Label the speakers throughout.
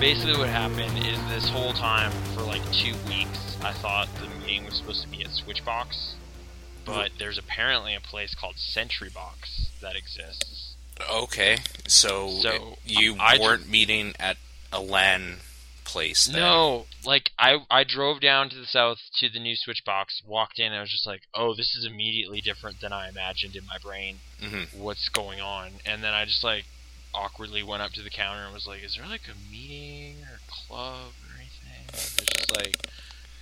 Speaker 1: basically what happened is this whole time for like two weeks, I thought the meeting was supposed to be at Switchbox, but there's apparently a place called Sentry Box that exists.
Speaker 2: Okay, so,
Speaker 1: So, um,
Speaker 2: you
Speaker 1: I- I
Speaker 2: weren't meeting at a LAN place. Then.
Speaker 1: No, like I I drove down to the south to the new Switchbox, walked in, and I was just like, oh, this is immediately different than I imagined in my brain.
Speaker 2: Mhm.
Speaker 1: What's going on? And then I just like awkwardly went up to the counter and was like, is there like a meeting or a club or anything? It's just like,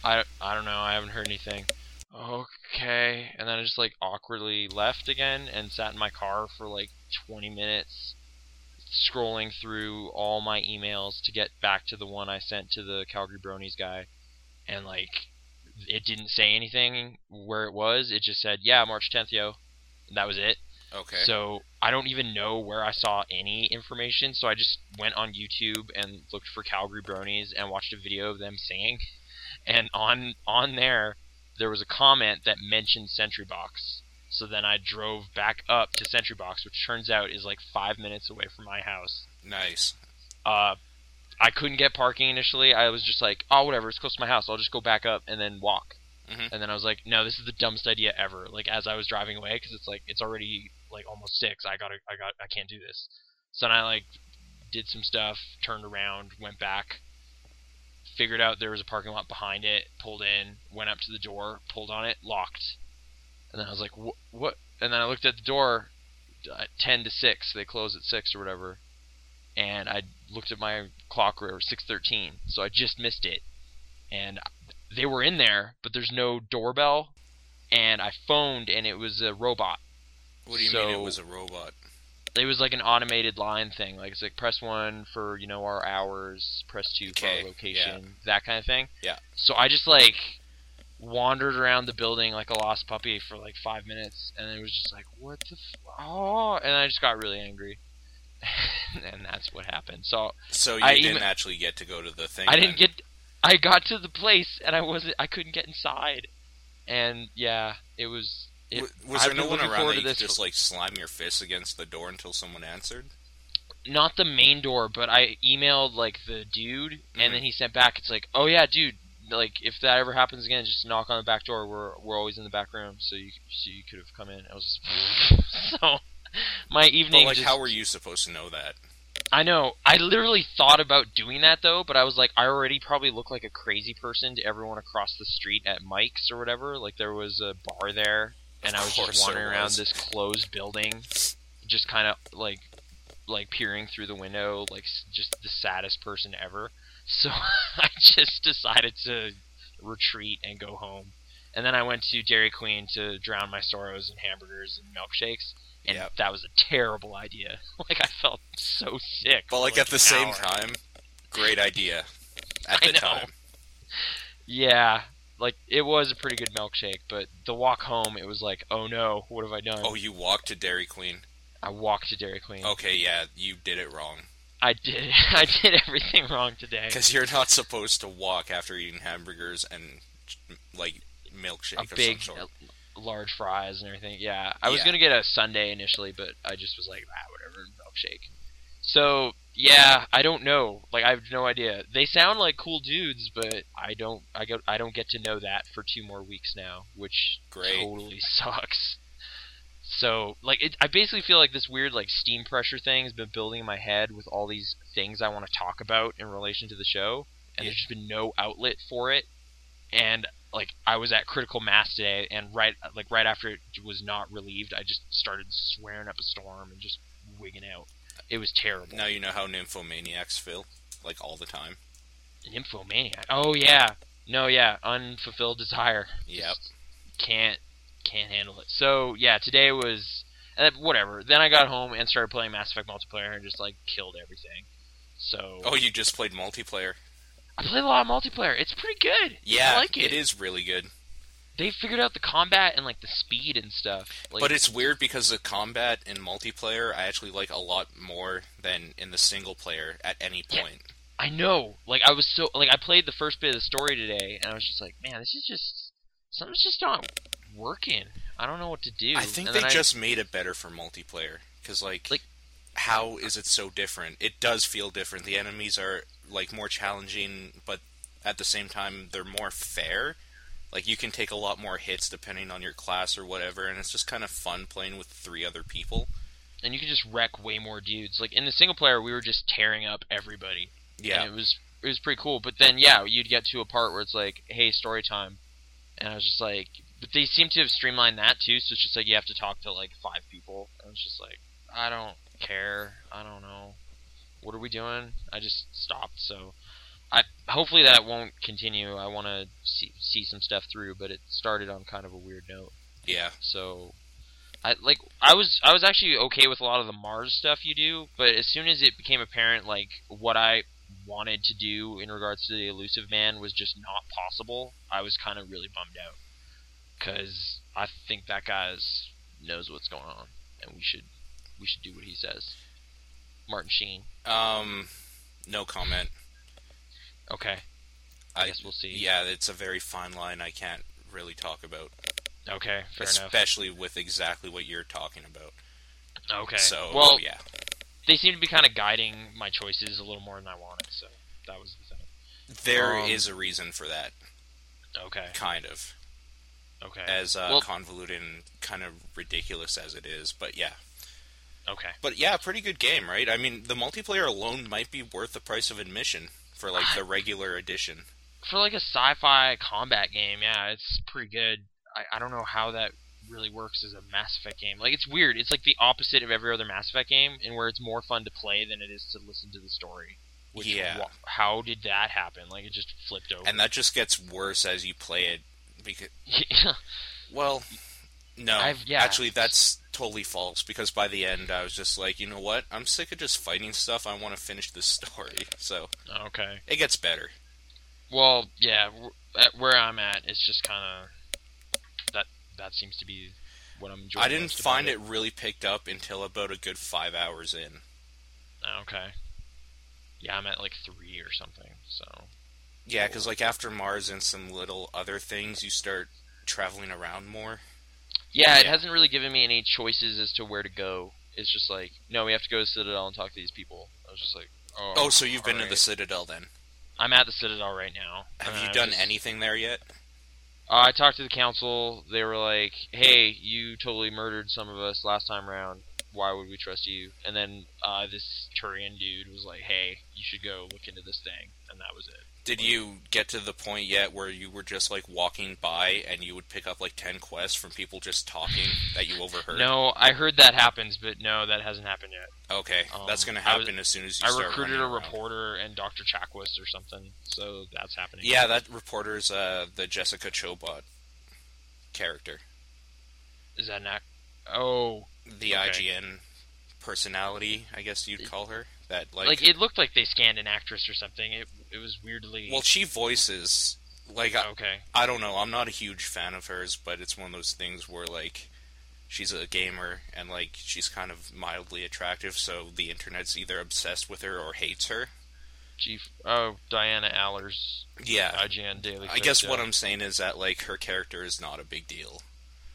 Speaker 1: I I don't know, I haven't heard anything. Okay, and then I just like awkwardly left again and sat in my car for like 20 minutes scrolling through all my emails to get back to the one I sent to the Calgary Bronies guy, and like it didn't say anything where it was. It just said, "Yeah, March 10th, yo." And That was it.
Speaker 2: Okay.
Speaker 1: So I don't even know where I saw any information. So I just went on YouTube and looked for Calgary Bronies and watched a video of them singing. And on on there, there was a comment that mentioned Sentry Box. So then I drove back up to Sentry Box, which turns out is like five minutes away from my house.
Speaker 2: nice.
Speaker 1: Uh, I couldn't get parking initially. I was just like, oh, whatever, it's close to my house. I'll just go back up and then walk.
Speaker 2: Mhm.
Speaker 1: And then I was like, no, this is the dumbest idea ever. Like as I was driving away, because it's like it's already like almost six. I gotta, I got, I can't do this. So then I like did some stuff, turned around, went back, figured out there was a parking lot behind it, pulled in, went up to the door, pulled on it, locked. And then I was like, "Wh- what? And then I looked at the door at 10 to 6. They close at 6 or whatever. And I looked at my clock or it was 6:13. So I just missed it. And they were in there, but there's no doorbell. And I phoned and it was a robot
Speaker 2: What do you mean
Speaker 1: So-
Speaker 2: it was a robot?
Speaker 1: it was like an automated line thing. Like it's like press one for you know our hours, press two for
Speaker 2: Okay,
Speaker 1: our location, that kind of thing.
Speaker 2: Yeah.
Speaker 1: So I just like wandered around the building like a lost puppy for like five minutes, and it was just like, what the f- oh, and I just got really angry, and that's what happened. So
Speaker 2: So you
Speaker 1: I
Speaker 2: didn't
Speaker 1: ema-
Speaker 2: actually get to go to the thing.
Speaker 1: I didn't
Speaker 2: then.
Speaker 1: get. I got to the place and I wasn't. I couldn't get inside, and yeah, it was. It,
Speaker 2: W- was
Speaker 1: I've
Speaker 2: there no
Speaker 1: been
Speaker 2: one
Speaker 1: looking
Speaker 2: around
Speaker 1: forward to
Speaker 2: that you could
Speaker 1: this
Speaker 2: just like slam your fist against the door until someone answered?
Speaker 1: not the main door, but I emailed like the dude,
Speaker 2: Mm-hmm.
Speaker 1: and then he sent back. It's like, oh yeah, dude. Like if that ever happens again, just knock on the back door. We're we're always in the back room, so you so you could have come in. I was just, so my
Speaker 2: But
Speaker 1: evening.
Speaker 2: like,
Speaker 1: just-
Speaker 2: how were you supposed to know that?
Speaker 1: I know. I literally thought about doing that though, but I was like, I already probably look like a crazy person to everyone across the street at Mike's or whatever. Like there was a bar there, and
Speaker 2: Of
Speaker 1: I was
Speaker 2: course
Speaker 1: just
Speaker 2: there
Speaker 1: wandering around
Speaker 2: was.
Speaker 1: this closed building, just kind of like, like peering through the window, like s- just the saddest person ever. So I just decided to retreat and go home. And then I went to Dairy Queen to drown my sorrows in hamburgers and milkshakes, and
Speaker 2: Yep.
Speaker 1: that was a terrible idea. Like I felt so sick.
Speaker 2: But
Speaker 1: for,
Speaker 2: like at the
Speaker 1: an
Speaker 2: same
Speaker 1: hour.
Speaker 2: time, great idea. At
Speaker 1: I
Speaker 2: the
Speaker 1: know.
Speaker 2: time,
Speaker 1: Yeah, like it was a pretty good milkshake, but the walk home, it was like, oh no, what have I done?
Speaker 2: oh, you walked to Dairy Queen.
Speaker 1: I walked to Dairy Queen.
Speaker 2: Okay, yeah, you did it wrong
Speaker 1: I did, I did everything wrong today.
Speaker 2: because you're not supposed to walk after eating hamburgers and like milkshake
Speaker 1: A
Speaker 2: of
Speaker 1: big,
Speaker 2: some sort.
Speaker 1: uh, large fries and everything. Yeah, I was
Speaker 2: Yeah.
Speaker 1: gonna get a Sunday initially, but I just was like, ah, whatever, milkshake. So yeah, I don't know. Like I have no idea. They sound like cool dudes, but I don't. I go. I don't get to know that for two more weeks now, which
Speaker 2: Great.
Speaker 1: totally sucks. So like, it, I basically feel like this weird like steam pressure thing has been building in my head with all these things I want to talk about in relation to the show, and
Speaker 2: Yeah.
Speaker 1: there's just been no outlet for it. And like, I was at critical mass today, and right like right after it was not relieved, I just started swearing up a storm and just wigging out. It was terrible.
Speaker 2: Now you know how nymphomaniacs feel, like all the time.
Speaker 1: Nymphomaniac. Oh yeah. No, yeah. Unfulfilled desire.
Speaker 2: Yep.
Speaker 1: Can't can't handle it. So yeah, today was uh, whatever. Then I got home and started playing Mass Effect multiplayer and just like killed everything. So
Speaker 2: Oh, you just played multiplayer.
Speaker 1: I played a lot of multiplayer. It's pretty good.
Speaker 2: Yeah,
Speaker 1: I like it.
Speaker 2: it is really good.
Speaker 1: They figured out the combat and like the speed and stuff. Like,
Speaker 2: but it's weird because the combat in multiplayer I actually like a lot more than in the single player at any
Speaker 1: Yeah.
Speaker 2: point.
Speaker 1: I know. Like I was so like I played the first bit of the story today and I was just like, man, this is just something's just not working. I don't know what to do.
Speaker 2: I think
Speaker 1: And then
Speaker 2: they just made it better for multiplayer because like,
Speaker 1: Like-
Speaker 2: how is it so different? It does feel different. The enemies are like more challenging, but at the same time they're more fair. Like you can take a lot more hits depending on your class or whatever, and it's just kind of fun playing with three other people.
Speaker 1: and you can just wreck way more dudes. Like in the single player, we were just tearing up everybody.
Speaker 2: Yeah,
Speaker 1: and it was it was pretty cool. But then yeah, you'd get to a part where it's like, hey, story time, and I was just like, but they seem to have streamlined that too. So it's just like you have to talk to like five people, and it's just like I don't care. I don't know. What are we doing? I just stopped. So I hopefully that won't continue. I want to see see some stuff through, but it started on kind of a weird note.
Speaker 2: yeah,
Speaker 1: So, I like I was I was actually okay with a lot of the Mars stuff you do, but as soon as it became apparent like what I wanted to do in regards to the elusive man was just not possible, I was kind of really bummed out because I think that guy's knows what's going on, and we should we should do what he says. Martin Sheen.
Speaker 2: Um, no comment.
Speaker 1: Okay, I, guess we'll see.
Speaker 2: Yeah, it's a very fine line. I can't really talk about,
Speaker 1: Okay. Fair enough.
Speaker 2: especially with exactly what you're talking about.
Speaker 1: Okay.
Speaker 2: So
Speaker 1: well,
Speaker 2: yeah,
Speaker 1: they seem to be kind of guiding my choices a little more than I wanted, so that was the thing.
Speaker 2: there is
Speaker 1: um,
Speaker 2: a reason for that,
Speaker 1: Okay.
Speaker 2: kind of,
Speaker 1: Okay.
Speaker 2: as uh,
Speaker 1: well-
Speaker 2: convoluted and kind of ridiculous as it is. But yeah,
Speaker 1: Okay.
Speaker 2: but yeah, pretty good game, right? I mean, the multiplayer alone might be worth the price of admission for like the regular edition.
Speaker 1: For like a sci-fi combat game, yeah, it's pretty good. I, I don't know how that really works as a Mass Effect game. Like it's weird. It's like the opposite of every other Mass Effect game, and where it's more fun to play than it is to listen to the story. Which
Speaker 2: Yeah.
Speaker 1: wha- how did that happen? Like it just flipped over.
Speaker 2: And that just gets worse as you play it because
Speaker 1: yeah.
Speaker 2: Well, no.
Speaker 1: I've- yeah.
Speaker 2: Actually, that's totally false because by the end, I was just like, you know what? I'm sick of just fighting stuff. I want to finish this story. So
Speaker 1: Okay.
Speaker 2: it gets better.
Speaker 1: Well, yeah. w- At where I'm at, it's just kind of that. That seems to be what I'm enjoying.
Speaker 2: I didn't
Speaker 1: most about
Speaker 2: find it really picked up until about a good five hours in.
Speaker 1: Okay. Yeah, I'm at like three or something. So.
Speaker 2: Yeah, because like after Mars and some little other things, you start traveling around more.
Speaker 1: Yeah, it
Speaker 2: Yeah.
Speaker 1: hasn't really given me any choices as to where to go. It's just like, no, we have to go to Citadel and talk to these people. I was just like, oh.
Speaker 2: Oh, so you've been to the
Speaker 1: alright. Um,
Speaker 2: Citadel then?
Speaker 1: I'm at the Citadel right now.
Speaker 2: Have
Speaker 1: and I
Speaker 2: you
Speaker 1: was
Speaker 2: done
Speaker 1: just-
Speaker 2: anything there yet?
Speaker 1: Uh, I talked to the council. They were like, hey, you totally murdered some of us last time around. Why would we trust you? And then uh, this Turian dude was like, hey, you should go look into this thing. And that was it.
Speaker 2: Did you get to the point yet where you were just like walking by and you would pick up like ten quests from people just talking that you overheard?
Speaker 1: No, I heard that happens, but no, that hasn't happened yet.
Speaker 2: Okay,
Speaker 1: Um,
Speaker 2: that's going to
Speaker 1: I was-
Speaker 2: happen as soon as you
Speaker 1: I
Speaker 2: start
Speaker 1: recruited a
Speaker 2: running around.
Speaker 1: reporter and Dr. Chakwas or something, so that's happening.
Speaker 2: Yeah, that reporter's uh, the Jessica Chobot character,
Speaker 1: Is that not? Oh,
Speaker 2: the
Speaker 1: Okay.
Speaker 2: IGN personality, I guess you'd call her. That like,
Speaker 1: like, it looked like they scanned an actress or something. It it was weirdly
Speaker 2: well, she voices like I,
Speaker 1: okay.
Speaker 2: I don't know. I'm not a huge fan of hers, but it's one of those things where like she's a gamer and like she's kind of mildly attractive, so the internet's either obsessed with her or hates her.
Speaker 1: Chief, oh Diana Allers,
Speaker 2: Yeah. uh,
Speaker 1: IGN Daily.
Speaker 2: I guess what I'm saying is that like her character is not a big deal.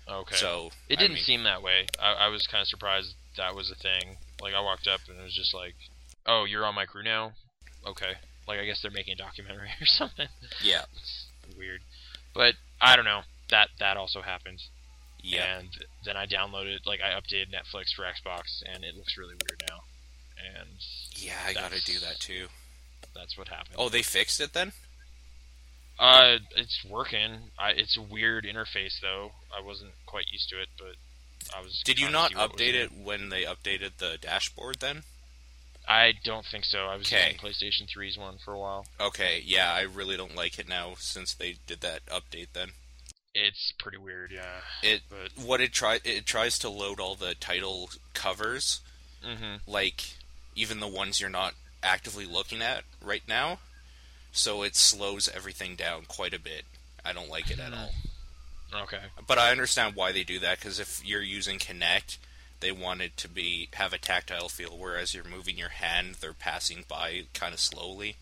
Speaker 1: okay.
Speaker 2: So
Speaker 1: it
Speaker 2: I
Speaker 1: didn't
Speaker 2: mean-
Speaker 1: seem that way. I, I was kind of surprised that was a thing. Like I walked up and it was just like, oh, you're on my crew now. Okay. Like I guess they're making a documentary or something.
Speaker 2: yeah,
Speaker 1: It's weird, but I don't know. That that also happened.
Speaker 2: yeah.
Speaker 1: And then I downloaded, like, I updated Netflix for Xbox, and it looks really weird now. And
Speaker 2: Yeah, I gotta
Speaker 1: That's-
Speaker 2: do that too.
Speaker 1: that's what happened.
Speaker 2: Oh, they fixed it then?
Speaker 1: Uh, it's working. I, it's a weird interface though. I wasn't quite used to it, but I was.
Speaker 2: Did Uh, you
Speaker 1: trying to
Speaker 2: not
Speaker 1: see what was
Speaker 2: update
Speaker 1: in
Speaker 2: it when they updated the dashboard then?
Speaker 1: I don't think so. I was
Speaker 2: Okay.
Speaker 1: using PlayStation 3's one for a while.
Speaker 2: Okay, yeah, I really don't like it now since they did that update then.
Speaker 1: It's pretty weird, yeah.
Speaker 2: It
Speaker 1: But
Speaker 2: what it try it tries to load all the title covers,
Speaker 1: mm-hmm.
Speaker 2: like even the ones you're not actively looking at right now. So it slows everything down quite a bit. I don't like it at all.
Speaker 1: okay,
Speaker 2: But I understand why they do that because if you're using Kinect, they want it to be have a tactile feel. Whereas you're moving your hand, they're passing by kind of slowly,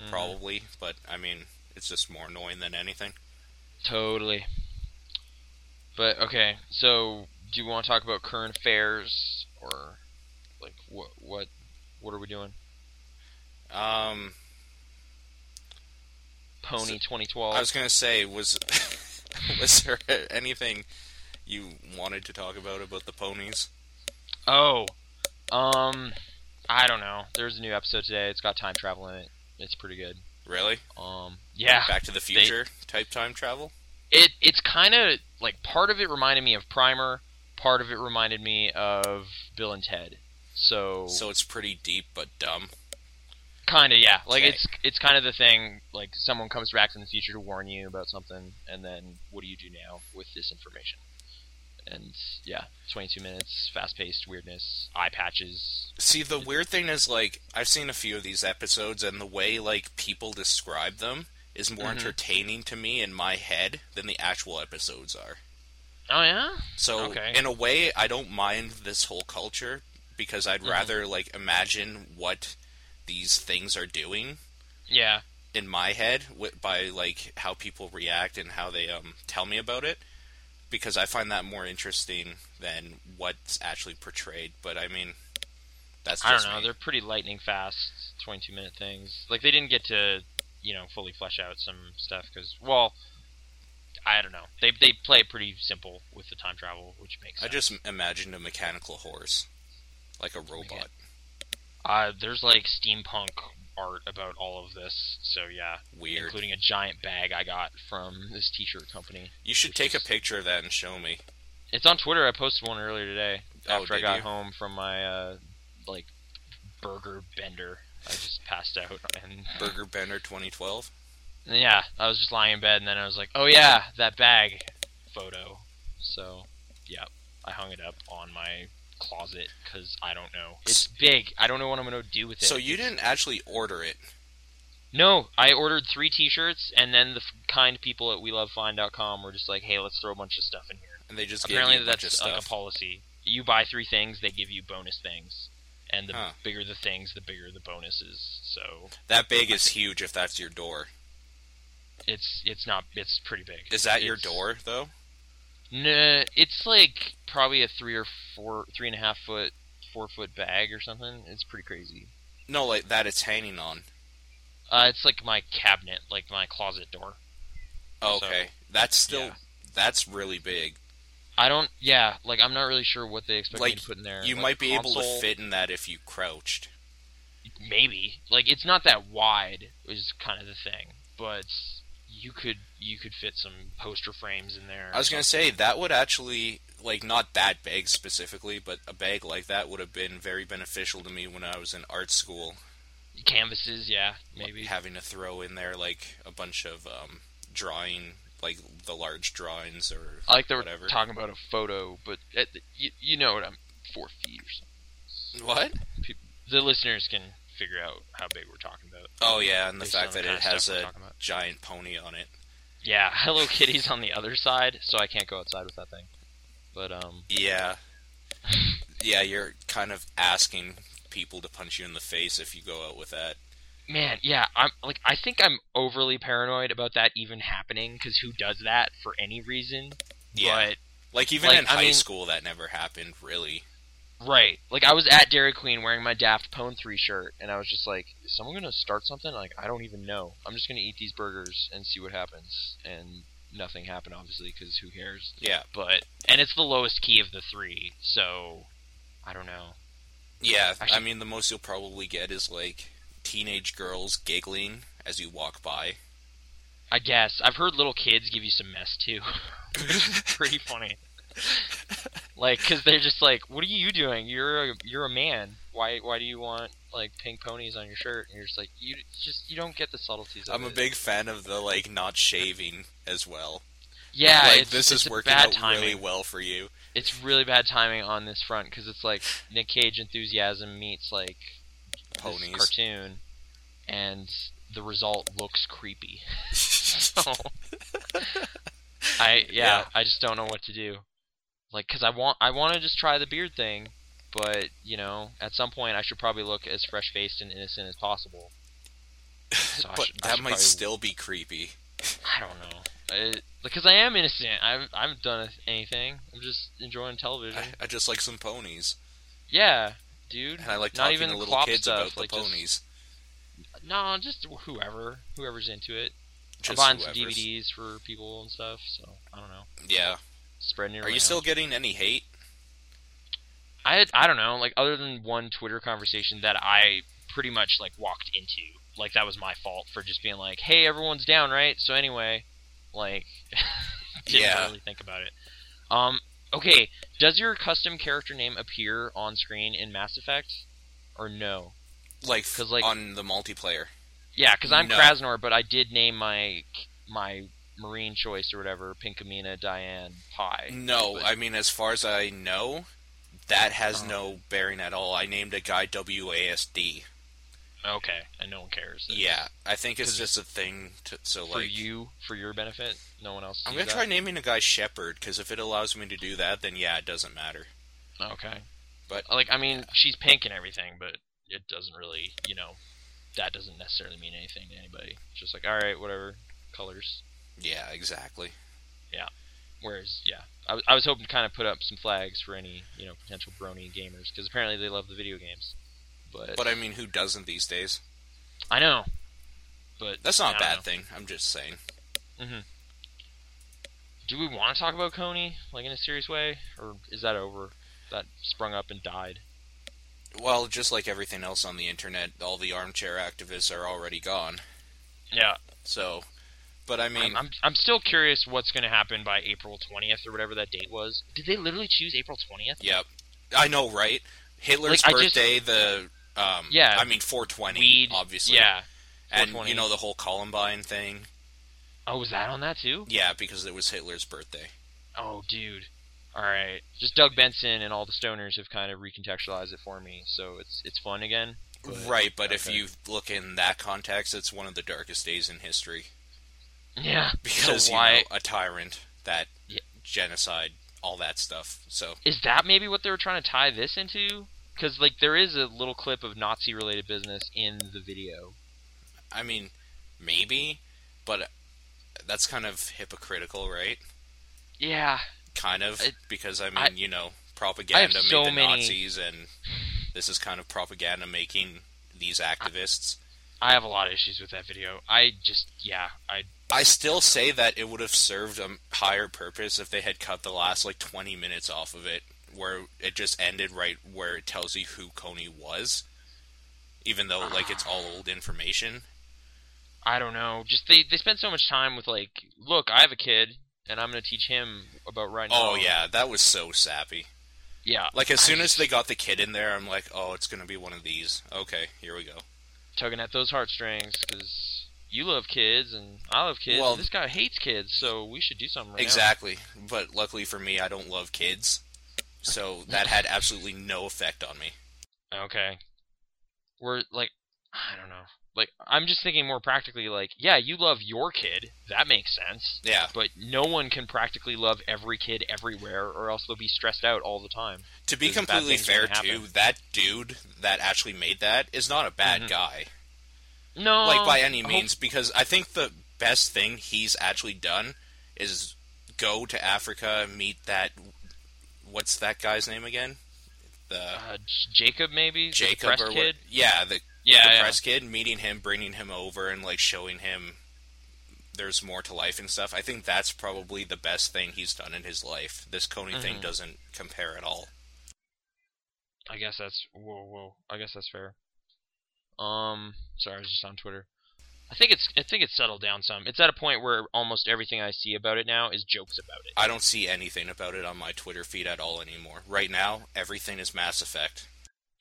Speaker 1: Mhm.
Speaker 2: probably. But I mean, it's just more annoying than anything.
Speaker 1: totally. But okay, so do you want to talk about current affairs or like what what what are we doing?
Speaker 2: Um,
Speaker 1: Pony 2012.
Speaker 2: I was gonna say, was was there anything you wanted to talk about about the ponies?
Speaker 1: oh, um, I don't know. There's a new episode today. It's got time travel in it. It's pretty good.
Speaker 2: Really?
Speaker 1: Um, yeah,
Speaker 2: Back to the Future type time travel.
Speaker 1: it it's kind of like part of it reminded me of Primer, part of it reminded me of Bill and Ted. So,
Speaker 2: So it's pretty deep but dumb.
Speaker 1: kind of yeah, like
Speaker 2: Okay.
Speaker 1: it's it's kind of the thing like someone comes back from the future to warn you about something, and then what do you do now with this information? And yeah, 22 minutes, fast-paced weirdness, eye patches.
Speaker 2: See, the weird thing is, like, I've seen a few of these episodes, and the way like people describe them is more
Speaker 1: Mhm.
Speaker 2: entertaining to me in my head than the actual episodes are.
Speaker 1: Oh yeah,
Speaker 2: So
Speaker 1: Okay.
Speaker 2: in a way, I don't mind this whole culture because I'd
Speaker 1: Mhm.
Speaker 2: rather like imagine what these things are doing
Speaker 1: yeah,
Speaker 2: in my head wi- by like how people react and how they um, tell me about it because I find that more interesting than what's actually portrayed. But I mean, that's
Speaker 1: I don't
Speaker 2: just
Speaker 1: know.
Speaker 2: me.
Speaker 1: They're pretty lightning fast, 22 minute things. Like they didn't get to, you know, fully flesh out some stuff because, well, I don't know. They they play it pretty simple with the time travel, which makes
Speaker 2: I
Speaker 1: sense.
Speaker 2: just m- imagined a mechanical horse, like a robot.
Speaker 1: uh, there's like steampunk art about all of this, so yeah,
Speaker 2: Weird.
Speaker 1: including a giant bag I got from this t-shirt company.
Speaker 2: you should
Speaker 1: which
Speaker 2: take a
Speaker 1: is-
Speaker 2: picture of that and show me.
Speaker 1: It's on Twitter. I posted one earlier today
Speaker 2: Oh,
Speaker 1: after I
Speaker 2: did
Speaker 1: got
Speaker 2: you?
Speaker 1: home from my uh, like burger bender. I just passed out and
Speaker 2: Burger Bender 2012.
Speaker 1: Yeah, I was just lying in bed, and then I was like, "Oh yeah, that bag photo." So, yeah, I hung it up on my closet because I don't know. It's big. I don't know what I'm gonna do with it.
Speaker 2: So you didn't actually order it.
Speaker 1: No, I ordered three T-shirts, and then the f- kind people at WeLoveFine.com were just like, "Hey, let's throw a bunch of stuff in here."
Speaker 2: and they just
Speaker 1: Apparently,
Speaker 2: gave you a bunch of
Speaker 1: that's uh, like
Speaker 2: stuff.
Speaker 1: a policy. You buy three things, they give you bonus things, and the
Speaker 2: Huh.
Speaker 1: bigger the things, the bigger the bonuses. So
Speaker 2: that big is huge if that's your door.
Speaker 1: it's it's not it's pretty big.
Speaker 2: Is that your
Speaker 1: It's-
Speaker 2: door though?
Speaker 1: Nah, it's like probably a three or four, three and a half foot, four foot bag or something. It's pretty crazy.
Speaker 2: No, like that it's hanging on.
Speaker 1: Uh, it's like my cabinet, like my closet door.
Speaker 2: Oh,
Speaker 1: So,
Speaker 2: okay. that's still
Speaker 1: yeah.
Speaker 2: that's really big.
Speaker 1: I don't, yeah, like I'm not really sure what they expect me
Speaker 2: Like,
Speaker 1: to put in there.
Speaker 2: You
Speaker 1: Like,
Speaker 2: might be able to
Speaker 1: console,
Speaker 2: fit in that if you crouched.
Speaker 1: maybe. Like it's not that wide, is kind of the thing, but you could you could fit some poster frames in there.
Speaker 2: I was gonna say that would actually like not that bag specifically, but a bag like that would have been very beneficial to me when I was in art school.
Speaker 1: canvases, yeah,
Speaker 2: like,
Speaker 1: maybe.
Speaker 2: having to throw in there like a bunch of um, drawing, like the large drawings or
Speaker 1: I like they were
Speaker 2: whatever.
Speaker 1: talking about a photo, but at the, you, you know what I'm four feet or something.
Speaker 2: what?
Speaker 1: the listeners can figure out how big we're talking about.
Speaker 2: Oh yeah, and the
Speaker 1: Based on
Speaker 2: fact that
Speaker 1: kind
Speaker 2: it
Speaker 1: of
Speaker 2: has
Speaker 1: stuff we're
Speaker 2: a
Speaker 1: talking about.
Speaker 2: giant pony on it.
Speaker 1: yeah, Hello Kitty's on the other side, so I can't go outside with that thing. But um,
Speaker 2: Yeah. Yeah, you're kind of asking people to punch you in the face if you go out with that.
Speaker 1: man, yeah, I'm like I think I'm overly paranoid about that even happening because who does that for any reason?
Speaker 2: like even
Speaker 1: like,
Speaker 2: in
Speaker 1: I
Speaker 2: high
Speaker 1: mean-
Speaker 2: school that never happened, really.
Speaker 1: But right, like I was at Dairy Queen wearing my Daft Pone three shirt, and I was just like, is someone gonna start something? Like I don't even know. I'm just gonna eat these burgers and see what happens, and nothing happened obviously because who cares?
Speaker 2: Yeah.
Speaker 1: But and it's the lowest key of the three, so I don't know.
Speaker 2: Yeah, I
Speaker 1: Actually-
Speaker 2: mean the most you'll probably get is like teenage girls giggling as you walk by.
Speaker 1: I guess. I've heard little kids give you some mess too. Pretty funny. Like, cause they're just like, "What are you doing? You're a, you're a man. Why why do you want like pink ponies on your shirt?" And you're just like, "You just you don't get the subtleties." Of
Speaker 2: I'm a
Speaker 1: it."
Speaker 2: big fan of the like not shaving as well.
Speaker 1: yeah.
Speaker 2: like
Speaker 1: it's,
Speaker 2: this
Speaker 1: it's
Speaker 2: is
Speaker 1: a
Speaker 2: working
Speaker 1: bad
Speaker 2: out
Speaker 1: timing.
Speaker 2: really well for you.
Speaker 1: It's really bad timing on this front because it's like Nick Cage enthusiasm meets like
Speaker 2: Ponies.
Speaker 1: this cartoon, and the result looks creepy. so I yeah,
Speaker 2: Yeah.
Speaker 1: I just don't know what to do. Like cuz I want I want to just try the beard thing, but you know, at some point I should probably look as fresh-faced and innocent as possible. So I
Speaker 2: but
Speaker 1: should- I
Speaker 2: that
Speaker 1: should
Speaker 2: might
Speaker 1: probably-
Speaker 2: still be creepy.
Speaker 1: I don't know. I, because I am innocent. I've I haven't done anything. I'm just enjoying television.
Speaker 2: I, I just like some ponies,
Speaker 1: yeah, dude.
Speaker 2: and I like
Speaker 1: Not
Speaker 2: talking
Speaker 1: even
Speaker 2: to little
Speaker 1: Klopp
Speaker 2: kids
Speaker 1: stuff,
Speaker 2: about the
Speaker 1: like just-
Speaker 2: ponies.
Speaker 1: No, just whoever whoever's into it. I'm
Speaker 2: Just
Speaker 1: buying some
Speaker 2: whoever's-
Speaker 1: DVDs for people and stuff. So I don't know.
Speaker 2: Yeah.
Speaker 1: Spreading it
Speaker 2: Are you
Speaker 1: around.
Speaker 2: still getting any hate?
Speaker 1: I I don't know. Like other than one Twitter conversation that I pretty much like walked into. Like that was my fault for just being like, "Hey, everyone's down, right?" So anyway, like didn't
Speaker 2: Yeah.
Speaker 1: really think about it. Um okay, does your custom character name appear on screen in Mass Effect or no?
Speaker 2: Like,
Speaker 1: 'Cause, like-
Speaker 2: on the multiplayer?
Speaker 1: Yeah, cuz I'm
Speaker 2: No.
Speaker 1: Krasnor, but I did name my my marine choice or whatever, Pinkamina Diane Pi.
Speaker 2: No,
Speaker 1: But-
Speaker 2: I mean as far as I know, that has
Speaker 1: Oh.
Speaker 2: no bearing at all. I named a guy WASD.
Speaker 1: okay, and no one cares. It's
Speaker 2: Yeah, I think it's
Speaker 1: 'Cause
Speaker 2: just a thing. To, so
Speaker 1: For
Speaker 2: like,
Speaker 1: you, for your benefit, no one else.
Speaker 2: I'm
Speaker 1: sees
Speaker 2: gonna
Speaker 1: that?
Speaker 2: try naming a guy Shepherd because if it allows me to do that, then yeah, it doesn't matter.
Speaker 1: Okay.
Speaker 2: But-
Speaker 1: like I mean, she's pink and everything, but it doesn't really, you know, that doesn't necessarily mean anything to anybody. It's just like, all right, whatever, colors.
Speaker 2: Yeah, exactly.
Speaker 1: Whereas, yeah, I, was- I was hoping to kind of put up some flags for any, you know, potential brony gamers because apparently they love the video games. But,
Speaker 2: But I mean, who doesn't these days?
Speaker 1: I know. But
Speaker 2: That's not
Speaker 1: I
Speaker 2: a
Speaker 1: don't
Speaker 2: bad
Speaker 1: know.
Speaker 2: thing. I'm just saying.
Speaker 1: Do we want to talk about Coney like in a serious way, or is that over? That sprung up and died.
Speaker 2: Well, just like everything else on the internet, all the armchair activists are already gone.
Speaker 1: Yeah,
Speaker 2: So, but I mean,
Speaker 1: I'm, I'm, I'm still curious what's going to happen by April 20th or whatever that date was. Did they literally choose April 20th?
Speaker 2: yep, I know, right? Hitler's
Speaker 1: Like, I just-
Speaker 2: birthday, the um,
Speaker 1: Yeah.
Speaker 2: I mean, 420,
Speaker 1: Weed,
Speaker 2: obviously,
Speaker 1: Yeah.
Speaker 2: and
Speaker 1: 420.
Speaker 2: you know the whole Columbine thing.
Speaker 1: Oh, was that on that too?
Speaker 2: Yeah, because it was Hitler's birthday.
Speaker 1: Oh, dude. All right. Just Doug Benson and all the stoners have kind of recontextualized it for me, so it's it's fun again. But-
Speaker 2: right, but if
Speaker 1: okay.
Speaker 2: you look in that context, it's one of the darkest days in history
Speaker 1: Yeah.
Speaker 2: because
Speaker 1: so why
Speaker 2: you know a tyrant that
Speaker 1: Yeah.
Speaker 2: genocide, all that stuff. So
Speaker 1: is that maybe what they were trying to tie this into? Because like there is a little clip of Nazi-related business in the video.
Speaker 2: I mean, maybe, but that's kind of hypocritical, right?
Speaker 1: Yeah.
Speaker 2: Kind of
Speaker 1: It-
Speaker 2: because I mean,
Speaker 1: I-
Speaker 2: you know, propaganda
Speaker 1: so
Speaker 2: made the
Speaker 1: many-
Speaker 2: Nazis, and this is kind of propaganda making these activists.
Speaker 1: I have a lot of issues with that video. I just yeah. I
Speaker 2: I still say that it would have served a higher purpose if they had cut the last like 20 minutes off of it, where it just ended right where it tells you who Coney was, even though like it's all old information.
Speaker 1: I don't know. Just they they spend so much time with like, look, I have a kid, and I'm gonna teach him about right now.
Speaker 2: Oh yeah, that was so sappy.
Speaker 1: yeah.
Speaker 2: Like as
Speaker 1: I
Speaker 2: soon as
Speaker 1: just-
Speaker 2: they got the kid in there, I'm like, oh, it's gonna be one of these. Okay, here we go.
Speaker 1: tugging at those heartstrings because you love kids and I love kids.
Speaker 2: Well-
Speaker 1: and this guy hates kids, so we should do something right now.
Speaker 2: Exactly. But luckily for me, I don't love kids, so that had absolutely no effect on me.
Speaker 1: Okay. We're like, I don't know. Like I'm just thinking more practically. Like, yeah, you love your kid. That makes sense.
Speaker 2: Yeah.
Speaker 1: But no one can practically love every kid everywhere, or else they'll be stressed out all the time.
Speaker 2: To be
Speaker 1: Because bad
Speaker 2: completely
Speaker 1: things
Speaker 2: fair,
Speaker 1: can happen.
Speaker 2: too, that dude that actually made that is not a bad
Speaker 1: Mhm.
Speaker 2: guy,
Speaker 1: No, Oh,
Speaker 2: like by any
Speaker 1: hope-
Speaker 2: means, because I think the best thing he's actually done is go to Africa, meet that. What's that guy's name again? The
Speaker 1: Uh, J- Jacob, maybe The
Speaker 2: Jacob
Speaker 1: depressed
Speaker 2: or what-
Speaker 1: kid.
Speaker 2: yeah, the
Speaker 1: Yeah,
Speaker 2: the
Speaker 1: yeah.
Speaker 2: press kid, meeting him, bringing him over, and like showing him there's more to life and stuff. I think that's probably the best thing he's done in his life. This Coney thing
Speaker 1: Mhm.
Speaker 2: doesn't compare at all.
Speaker 1: I guess that's whoa whoa. I guess that's fair. Um, sorry, I was just on Twitter. I think it's I think it's settled down some. It's at a point where almost everything I see about it now is jokes about it.
Speaker 2: I don't see anything about it on my Twitter feed at all anymore. Right now, everything is Mass Effect.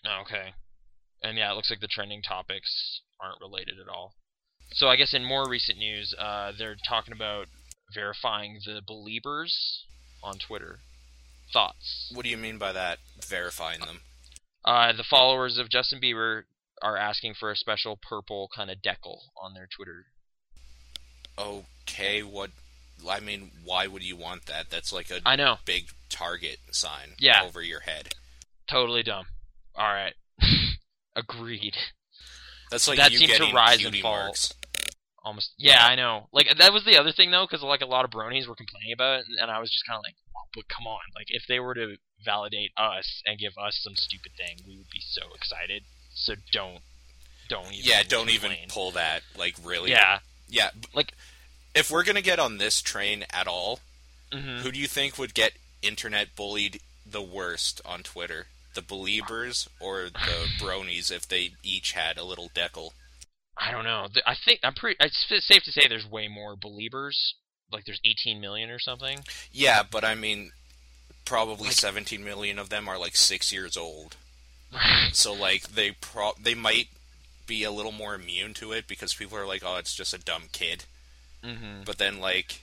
Speaker 1: Oh, okay. And yeah, it looks like the trending topics aren't related at all. So I guess in more recent news, uh, they're talking about verifying the believers on Twitter. Thoughts?
Speaker 2: What do you mean by that? Verifying them.
Speaker 1: Uh, the followers of Justin Bieber are asking for a special purple kind of decal on their Twitter
Speaker 2: Okay, what? I mean, why would you want that? That's like a
Speaker 1: I know.
Speaker 2: big target sign
Speaker 1: Yeah.
Speaker 2: over your head.
Speaker 1: Totally dumb. All right. Agreed.
Speaker 2: That's like
Speaker 1: That
Speaker 2: you
Speaker 1: seems to
Speaker 2: getting
Speaker 1: rise and
Speaker 2: cutie
Speaker 1: fall.
Speaker 2: marks.
Speaker 1: Almost. Yeah, I know. Like that was the other thing though, because like a lot of bronies were complaining about it, and I was just kind of like, "Oh, but come on, like if they were to validate us and give us some stupid thing, we would be so excited. So don't, don't even.
Speaker 2: Yeah, don't even
Speaker 1: complain.
Speaker 2: pull that. Like, really?
Speaker 1: Yeah,
Speaker 2: Yeah. b-
Speaker 1: Like,
Speaker 2: if we're gonna get on this train at all,
Speaker 1: hmm
Speaker 2: who do you think would get internet bullied the worst on Twitter? The believers or the bronies if they each had a little deckle?
Speaker 1: I don't know. Th- I think I'm pretty. It's f- safe to say there's way more believers. Like there's 18 million or something.
Speaker 2: Yeah, but I mean, probably
Speaker 1: Like-
Speaker 2: 17 million of them are like six years old. So like they pro- they might be a little more immune to it because people are like, oh, it's just a dumb kid.
Speaker 1: hmm
Speaker 2: But then like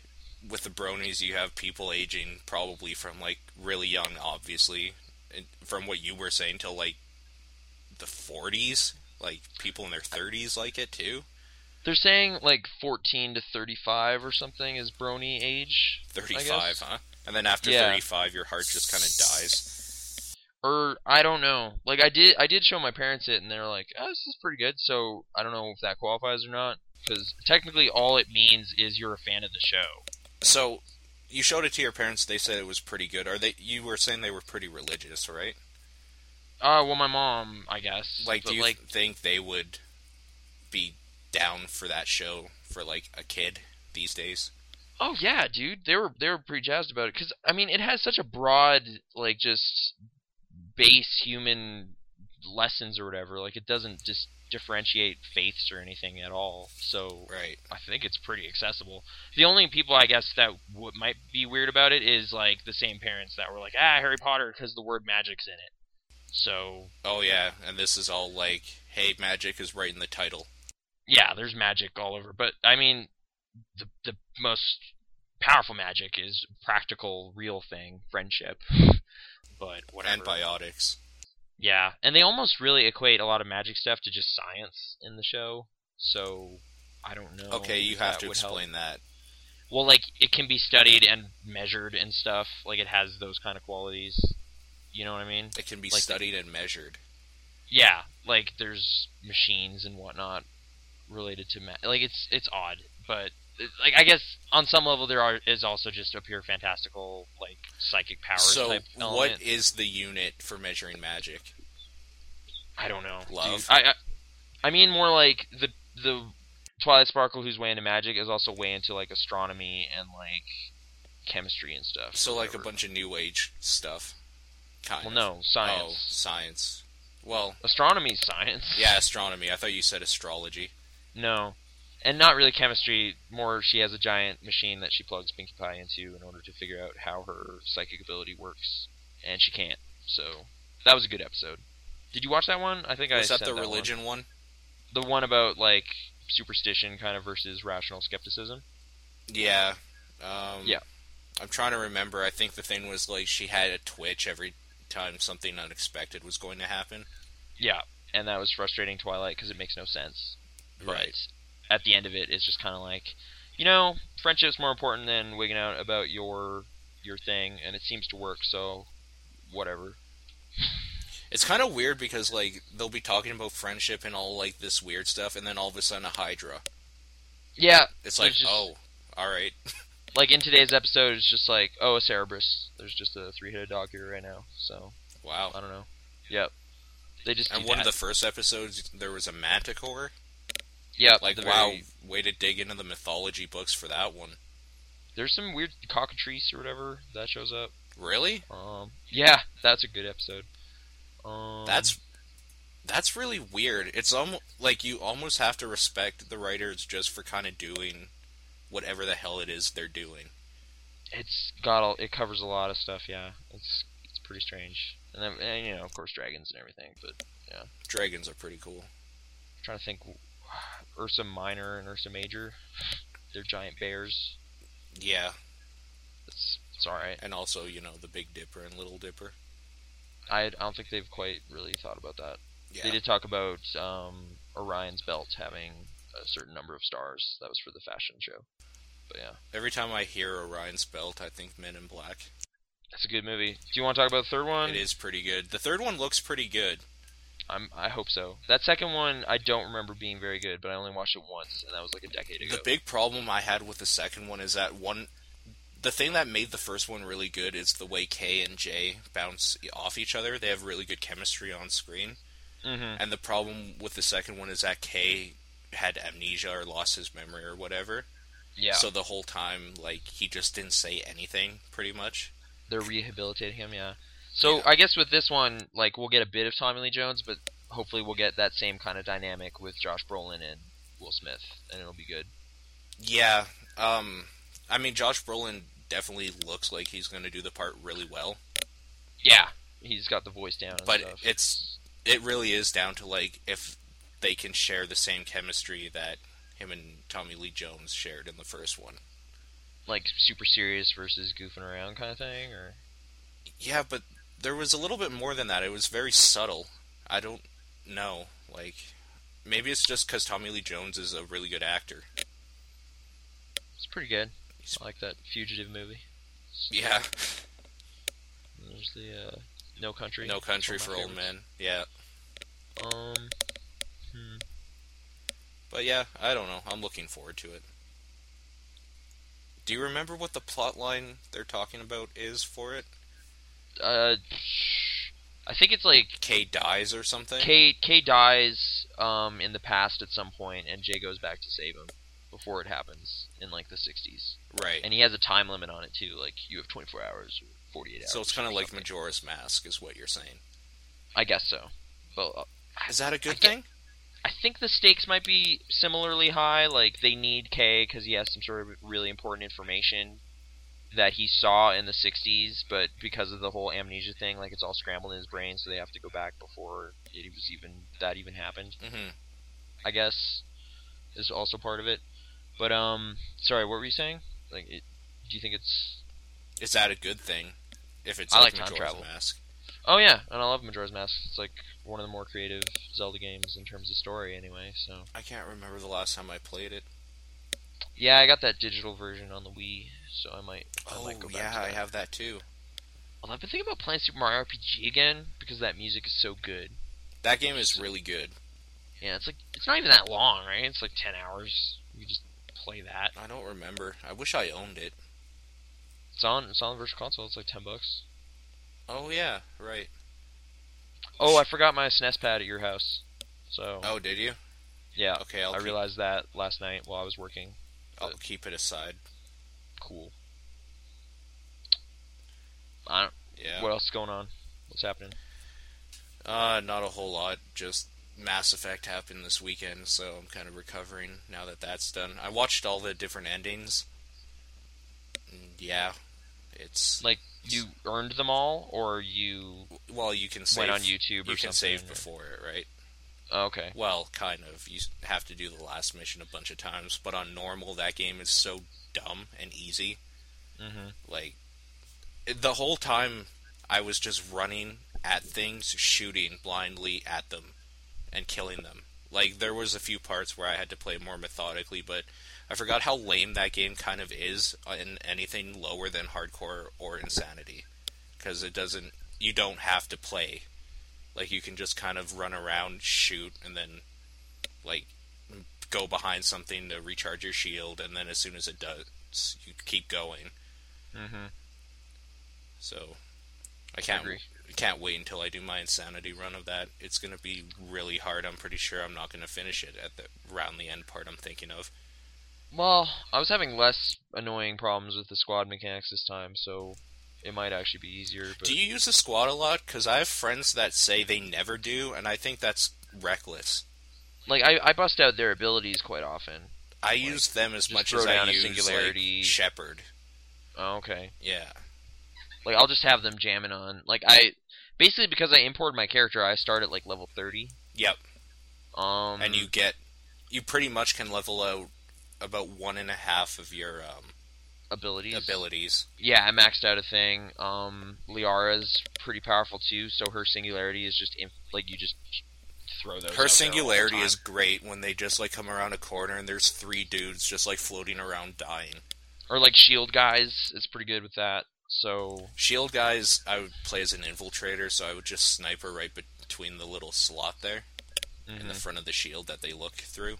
Speaker 2: with the bronies, you have people aging probably from like really young, obviously, and from what you were saying till like the 40s. Like people in their 30s like it too.
Speaker 1: They're saying like 14 to 35 or something is brony age,
Speaker 2: 35, huh? And then after
Speaker 1: Yeah.
Speaker 2: 35, your heart just kind of dies.
Speaker 1: or I don't know. Like I did, I did show my parents it, and they're like, "Oh, this is pretty good." So I don't know if that qualifies or not, because technically all it means is you're a fan of the show.
Speaker 2: So you showed it to your parents. They said it was pretty good. Are they? You were saying they were pretty religious, right?
Speaker 1: Uh, well, my mom, I guess.
Speaker 2: Like,
Speaker 1: but
Speaker 2: do you
Speaker 1: like,
Speaker 2: think they would be down for that show for like a kid these days?
Speaker 1: Oh yeah, dude. They were they were pretty jazzed about it because I mean it has such a broad like just base human lessons or whatever. Like it doesn't just differentiate faiths or anything at all. So
Speaker 2: Right.
Speaker 1: I think it's pretty accessible. The only people I guess that w- might be weird about it is like the same parents that were like ah Harry Potter because the word magic's in it. So
Speaker 2: Oh yeah, and this is all like, hey, magic is right in the title.
Speaker 1: yeah, there's magic all over, but I mean, the the most powerful magic is practical, real thing, friendship. but whatever.
Speaker 2: Antibiotics.
Speaker 1: yeah, and they almost really equate a lot of magic stuff to just science in the show. So I don't know.
Speaker 2: okay, you
Speaker 1: if
Speaker 2: have
Speaker 1: that
Speaker 2: to
Speaker 1: would help.
Speaker 2: explain that.
Speaker 1: Well, like it can be studied and measured and stuff. Like it has those kind of qualities. You know what I mean?
Speaker 2: It can be
Speaker 1: Like-
Speaker 2: studied and measured.
Speaker 1: Yeah, like there's machines and whatnot related to ma- like it's it's odd, but uh, like I guess on some level there are is also just a pure fantastical like psychic powers
Speaker 2: So,
Speaker 1: type element.
Speaker 2: what is the unit for measuring magic?
Speaker 1: I don't know.
Speaker 2: Love?
Speaker 1: Dude, I, I I mean more like the the Twilight Sparkle who's way into magic is also way into like astronomy and like chemistry and stuff.
Speaker 2: So,
Speaker 1: or
Speaker 2: like a
Speaker 1: whatever.
Speaker 2: bunch of new age stuff. Kind
Speaker 1: Well,
Speaker 2: of.
Speaker 1: no,
Speaker 2: Oh,
Speaker 1: science.
Speaker 2: science. Well,
Speaker 1: Astronomy's science.
Speaker 2: yeah, astronomy. I thought you said astrology.
Speaker 1: No. And not really chemistry, more she has a giant machine that she plugs Pinkie Pie into in order to figure out how her psychic ability works. And she can't. So that was a good episode. Did you watch that one? I think I
Speaker 2: Was that
Speaker 1: sent
Speaker 2: the
Speaker 1: one.
Speaker 2: religion one?
Speaker 1: The one about like superstition kind of versus rational skepticism.
Speaker 2: Yeah. Um,
Speaker 1: Yeah.
Speaker 2: I'm trying to remember. I think the thing was like she had a twitch every time something unexpected was going to happen.
Speaker 1: Yeah. And that was frustrating Twilight because it makes no sense. But
Speaker 2: Right.
Speaker 1: at the end of it, it's just kind of like, you know, friendship's more important than wigging out about your your thing, and it seems to work. So, whatever.
Speaker 2: It's kind of weird because like they'll be talking about friendship and all like this weird stuff, and then all of a sudden a Hydra.
Speaker 1: Yeah,
Speaker 2: It's like,
Speaker 1: There's just-
Speaker 2: oh, all right.
Speaker 1: like in today's episode, it's just like, oh, a Cerebrus. There's just a three-headed dog here right now. So
Speaker 2: Wow.
Speaker 1: I don't know. Yep. They just
Speaker 2: And
Speaker 1: do
Speaker 2: one
Speaker 1: that.
Speaker 2: of the first episodes, there was a manticore.
Speaker 1: yep.
Speaker 2: Like,
Speaker 1: Uh, the
Speaker 2: wow,
Speaker 1: very-
Speaker 2: way to dig into the mythology books for that one.
Speaker 1: there's some weird cockatrice or whatever that shows up.
Speaker 2: Really?
Speaker 1: Um, yeah, that's a good episode. Um,
Speaker 2: That's that's really weird. It's almost like you almost have to respect the writers just for kind of doing whatever the hell it is they're doing.
Speaker 1: it's got all it covers a lot of stuff. Yeah, it's it's pretty strange. And then and, you know, of course, dragons and everything. But I'm
Speaker 2: Dragons are pretty cool.
Speaker 1: trying to think, Ursa Minor and Ursa Major. They're giant bears.
Speaker 2: Yeah,
Speaker 1: It's it's all right.
Speaker 2: and also you know the Big Dipper and Little Dipper.
Speaker 1: I, I don't think they've quite really thought about that. They
Speaker 2: Yeah,
Speaker 1: did talk about um, Orion's belt having a certain number of stars. That was for the fashion show. But yeah,
Speaker 2: every time I hear Orion's belt, I think Men in Black.
Speaker 1: that's a good movie. Do you want to talk about the third one?
Speaker 2: It is pretty good. The third one looks pretty good.
Speaker 1: I'm, I hope so. That second one, I don't remember being very good, but I only watched it once, and that was like a decade ago.
Speaker 2: The big problem I had with the second one is that one. The thing that made the first one really good is the way K and J bounce off each other. They have really good chemistry on screen.
Speaker 1: hmm
Speaker 2: And the problem with the second one is that K had amnesia or lost his memory or whatever.
Speaker 1: Yeah.
Speaker 2: So the whole time, like he just didn't say anything, pretty much.
Speaker 1: They're rehabilitating him, yeah. So
Speaker 2: Yeah.
Speaker 1: I guess with this one, like we'll get a bit of Tommy Lee Jones, but hopefully we'll get that same kind of dynamic with Josh Brolin and Will Smith, and it'll be good.
Speaker 2: Yeah. Um. I mean, Josh Brolin definitely looks like he's going to do the part really well.
Speaker 1: Yeah, he's got the voice down. And
Speaker 2: But
Speaker 1: stuff.
Speaker 2: it's it really is down to like if they can share the same chemistry that him and Tommy Lee Jones shared in the first one.
Speaker 1: like super serious versus goofing around kind of thing, or
Speaker 2: Yeah, but there was a little bit more than that. It was very subtle. I don't know. Like, maybe it's just because Tommy Lee Jones is a really good actor.
Speaker 1: it's pretty good. I like that fugitive movie.
Speaker 2: Yeah.
Speaker 1: And There's the uh, No Country.
Speaker 2: No
Speaker 1: It's one of
Speaker 2: Country
Speaker 1: my
Speaker 2: for Old
Speaker 1: favorites.
Speaker 2: Men. Yeah.
Speaker 1: Um, hmm.
Speaker 2: But yeah, I don't know. I'm looking forward to it. Do you remember what the plot line they're talking about is for it?
Speaker 1: uh, I think it's like
Speaker 2: Kay dies or something?
Speaker 1: K K dies um, in the past at some point, and Jay goes back to save him before it happens in like the 60s.
Speaker 2: right.
Speaker 1: And he has a time limit on it too. Like you have 24 hours, or 48 hours.
Speaker 2: so it's kind
Speaker 1: or
Speaker 2: of like
Speaker 1: something.
Speaker 2: Majora's Mask, is what you're saying.
Speaker 1: I guess so. But uh,
Speaker 2: Is that a good
Speaker 1: I get-
Speaker 2: thing?
Speaker 1: I think the stakes might be similarly high. Like they need K because he has some sort of really important information that he saw in the 60s, but because of the whole amnesia thing, like it's all scrambled in his brain, so they have to go back before it was even that even happened.
Speaker 2: hmm
Speaker 1: I guess is also part of it. But um, sorry, what were you saying? Like, it, do you think it's?
Speaker 2: Is that a good thing? If it's
Speaker 1: I
Speaker 2: like,
Speaker 1: like time
Speaker 2: Majora's
Speaker 1: travel.
Speaker 2: Mask.
Speaker 1: Oh yeah, and I love Majora's Mask. It's like one of the more creative Zelda games in terms of story, anyway. So
Speaker 2: I can't remember the last time I played it.
Speaker 1: yeah, I got that digital version on the Wii, so I might. I
Speaker 2: Oh,
Speaker 1: might go back
Speaker 2: yeah,
Speaker 1: to
Speaker 2: I
Speaker 1: that.
Speaker 2: have that too.
Speaker 1: Although I've been thinking about playing Super Mario RPG again because that music is so good.
Speaker 2: That game is really good.
Speaker 1: Yeah, it's like it's not even that long, right? It's like ten hours. You just play that.
Speaker 2: I don't remember. I wish I owned it.
Speaker 1: It's on it's on the virtual console. It's like ten bucks.
Speaker 2: Oh yeah, right.
Speaker 1: Oh, I forgot my SNES pad at your house. So
Speaker 2: Oh, did you?
Speaker 1: yeah,
Speaker 2: Okay, I'll
Speaker 1: I
Speaker 2: keep,
Speaker 1: realized that last night while I was working.
Speaker 2: I'll keep it aside.
Speaker 1: Cool. I don't,
Speaker 2: Yeah.
Speaker 1: What else is going on? What's happening?
Speaker 2: uh, not a whole lot. Just Mass Effect happened this weekend, so I'm kind of recovering now that that's done. I watched all the different endings. Mm, Yeah, it's
Speaker 1: Like you earned them all, or you
Speaker 2: well, you can save
Speaker 1: went on YouTube or
Speaker 2: You
Speaker 1: something?
Speaker 2: can save before it, right?
Speaker 1: Oh, okay.
Speaker 2: Well, kind of. You s- have to do the last mission a bunch of times, but on normal, that game is so dumb and easy.
Speaker 1: hmm
Speaker 2: Like, the whole time, I was just running at things, shooting blindly at them, and killing them. Like, there was a few parts where I had to play more methodically, but I forgot how lame that game kind of is in anything lower than hardcore or insanity. Because it doesn't. You don't have to play. Like, you can just kind of run around, shoot, and then, like, go behind something to recharge your shield, and then as soon as it does, you keep going.
Speaker 1: hmm
Speaker 2: So I can't
Speaker 1: Agree.
Speaker 2: can't wait until I do my insanity run of that. It's gonna be really hard. I'm pretty sure I'm not gonna finish it at the round the end part I'm thinking of.
Speaker 1: Well, I was having less annoying problems with the squad mechanics this time, so it might actually be easier. But
Speaker 2: Do you use the squad a lot? Because I have friends that say they never do, and I think that's reckless.
Speaker 1: like I, I bust out their abilities quite often.
Speaker 2: I
Speaker 1: Like,
Speaker 2: use them as
Speaker 1: just
Speaker 2: much
Speaker 1: throw
Speaker 2: as I
Speaker 1: down a
Speaker 2: use
Speaker 1: singularity.
Speaker 2: like, Shepard.
Speaker 1: Oh, okay.
Speaker 2: Yeah,
Speaker 1: Like I'll just have them jamming on. Like I basically because I imported my character, I start at like level 30.
Speaker 2: yep.
Speaker 1: Um
Speaker 2: And you get you pretty much can level out about one and a half of your um,
Speaker 1: abilities.
Speaker 2: abilities.
Speaker 1: Yeah, I maxed out a thing. Um Liara's pretty powerful too, so her singularity is just inf- like you just throw those out there all
Speaker 2: Her
Speaker 1: the
Speaker 2: singularity
Speaker 1: time.
Speaker 2: is great when they just like come around a corner and there's three dudes just like floating around dying.
Speaker 1: or like shield guys is pretty good with that. So
Speaker 2: Shield guys, I would play as an infiltrator, so I would just sniper right between the little slot there in the
Speaker 1: mhm.
Speaker 2: front of the shield E that they look through.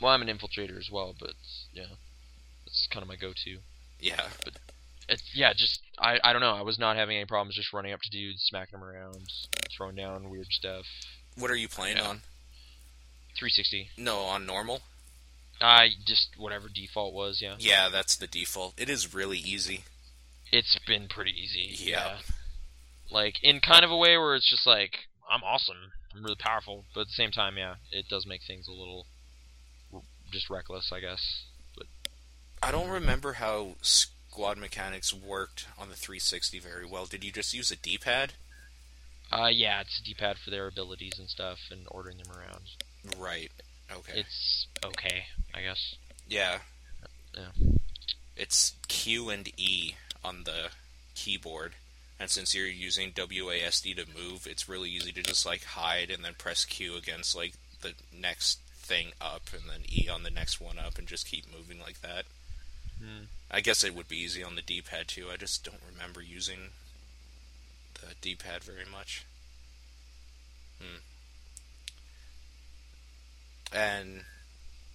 Speaker 1: well, I'm an infiltrator as well, but yeah. That's kind of my go-to.
Speaker 2: Yeah,
Speaker 1: It's, yeah, just I, I don't know. I was not having any problems just running up to dudes, smacking them around, throwing down weird stuff.
Speaker 2: what are you playing
Speaker 1: Yeah.
Speaker 2: on?
Speaker 1: 360.
Speaker 2: No, on normal.
Speaker 1: I just whatever default was, yeah.
Speaker 2: Yeah, that's the default. It is really easy.
Speaker 1: It's been pretty easy.
Speaker 2: Yeah.
Speaker 1: Like in kind of a way where it's just like I'm awesome, I'm really powerful, but at the same time, yeah, it does make things a little r- just reckless, I guess.
Speaker 2: I don't remember how squad mechanics worked on the 360 very well. Did you just use a D-pad?
Speaker 1: Uh, yeah, it's D-pad for their abilities and stuff, and ordering them around.
Speaker 2: Right. Okay.
Speaker 1: It's okay, I guess.
Speaker 2: yeah.
Speaker 1: Yeah.
Speaker 2: It's Q and E on the keyboard. And since you're using WASD to move, it's really easy to just like hide and then press Q against like the next thing up and then E on the next one up and just keep moving like that.
Speaker 1: Hmm.
Speaker 2: I guess it would be easy on the D-pad too. I just don't remember using the D-pad very much. Hmm. And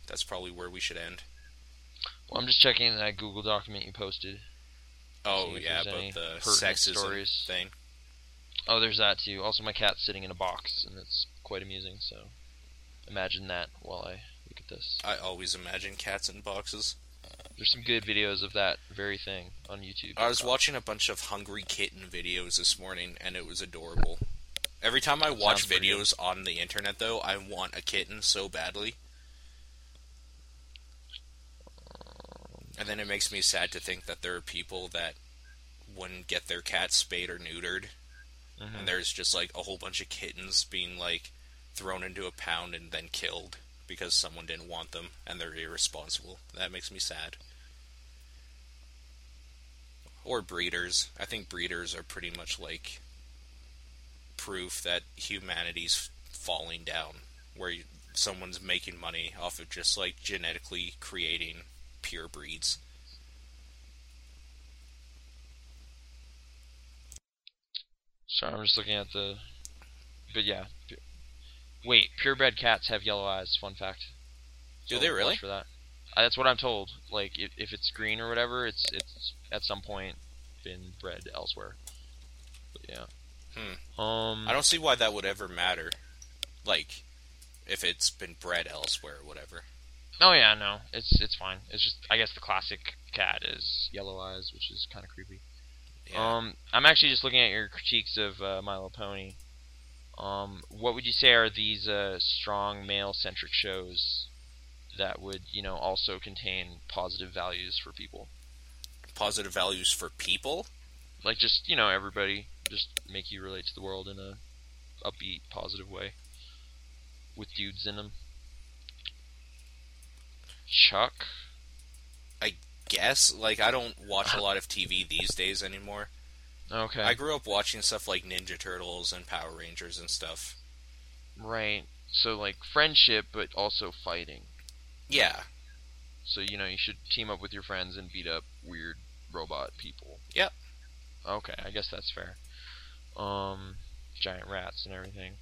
Speaker 2: that's probably where we should end.
Speaker 1: Well, I'm just checking that Google document you posted.
Speaker 2: Oh
Speaker 1: See if
Speaker 2: yeah,
Speaker 1: there's any
Speaker 2: but the
Speaker 1: pertinent
Speaker 2: sexism
Speaker 1: stories.
Speaker 2: thing.
Speaker 1: Oh, there's that too. Also, my cat's sitting in a box, and it's quite amusing. So, imagine that while I look at this.
Speaker 2: I always imagine cats in boxes.
Speaker 1: There's some good videos of that very thing on YouTube.
Speaker 2: I was watching a bunch of hungry kitten videos this morning, and it was adorable. Every time I watch
Speaker 1: Sounds pretty good.
Speaker 2: videos on the internet, though, I want a kitten so badly. And then it makes me sad to think that there are people that wouldn't get their cat spayed or neutered,
Speaker 1: Mhm.
Speaker 2: and there's just like a whole bunch of kittens being like thrown into a pound and then killed because someone didn't want them and they're irresponsible. That makes me sad. Or breeders. I think breeders are pretty much like proof that humanity's falling down, where you, someone's making money off of just like genetically creating pure breeds.
Speaker 1: Sorry, I'm just looking at the. But yeah. pu- Wait, purebred cats have yellow eyes. Fun fact.
Speaker 2: Do
Speaker 1: So
Speaker 2: they
Speaker 1: watch
Speaker 2: really?
Speaker 1: For that, Uh, that's what I'm told. Like, if, if it's green or whatever, it's it's at some point been bred elsewhere. But yeah. Um.
Speaker 2: Hmm. I don't see why that would ever matter. Like, if it's been bred elsewhere or whatever.
Speaker 1: Oh yeah, no, it's it's fine. It's just I guess the classic cat is yellow eyes, which is kind of creepy.
Speaker 2: Yeah.
Speaker 1: Um, I'm actually just looking at your critiques of uh, My Little Pony. Um, what would you say are these uh, strong male-centric shows that would, you know, also contain positive values for people?
Speaker 2: Positive values for people?
Speaker 1: Like just, you know, everybody just make you relate to the world in a upbeat, positive way with dudes in them. Chuck,
Speaker 2: Guess. Like, I don't watch a lot of TV these days anymore.
Speaker 1: okay,
Speaker 2: I grew up watching stuff like Ninja Turtles and Power Rangers and stuff.
Speaker 1: right. So like friendship, but also fighting.
Speaker 2: Yeah.
Speaker 1: So you know you should team up with your friends and beat up weird robot people.
Speaker 2: Yep.
Speaker 1: Okay, I guess that's fair. Um, giant rats and everything.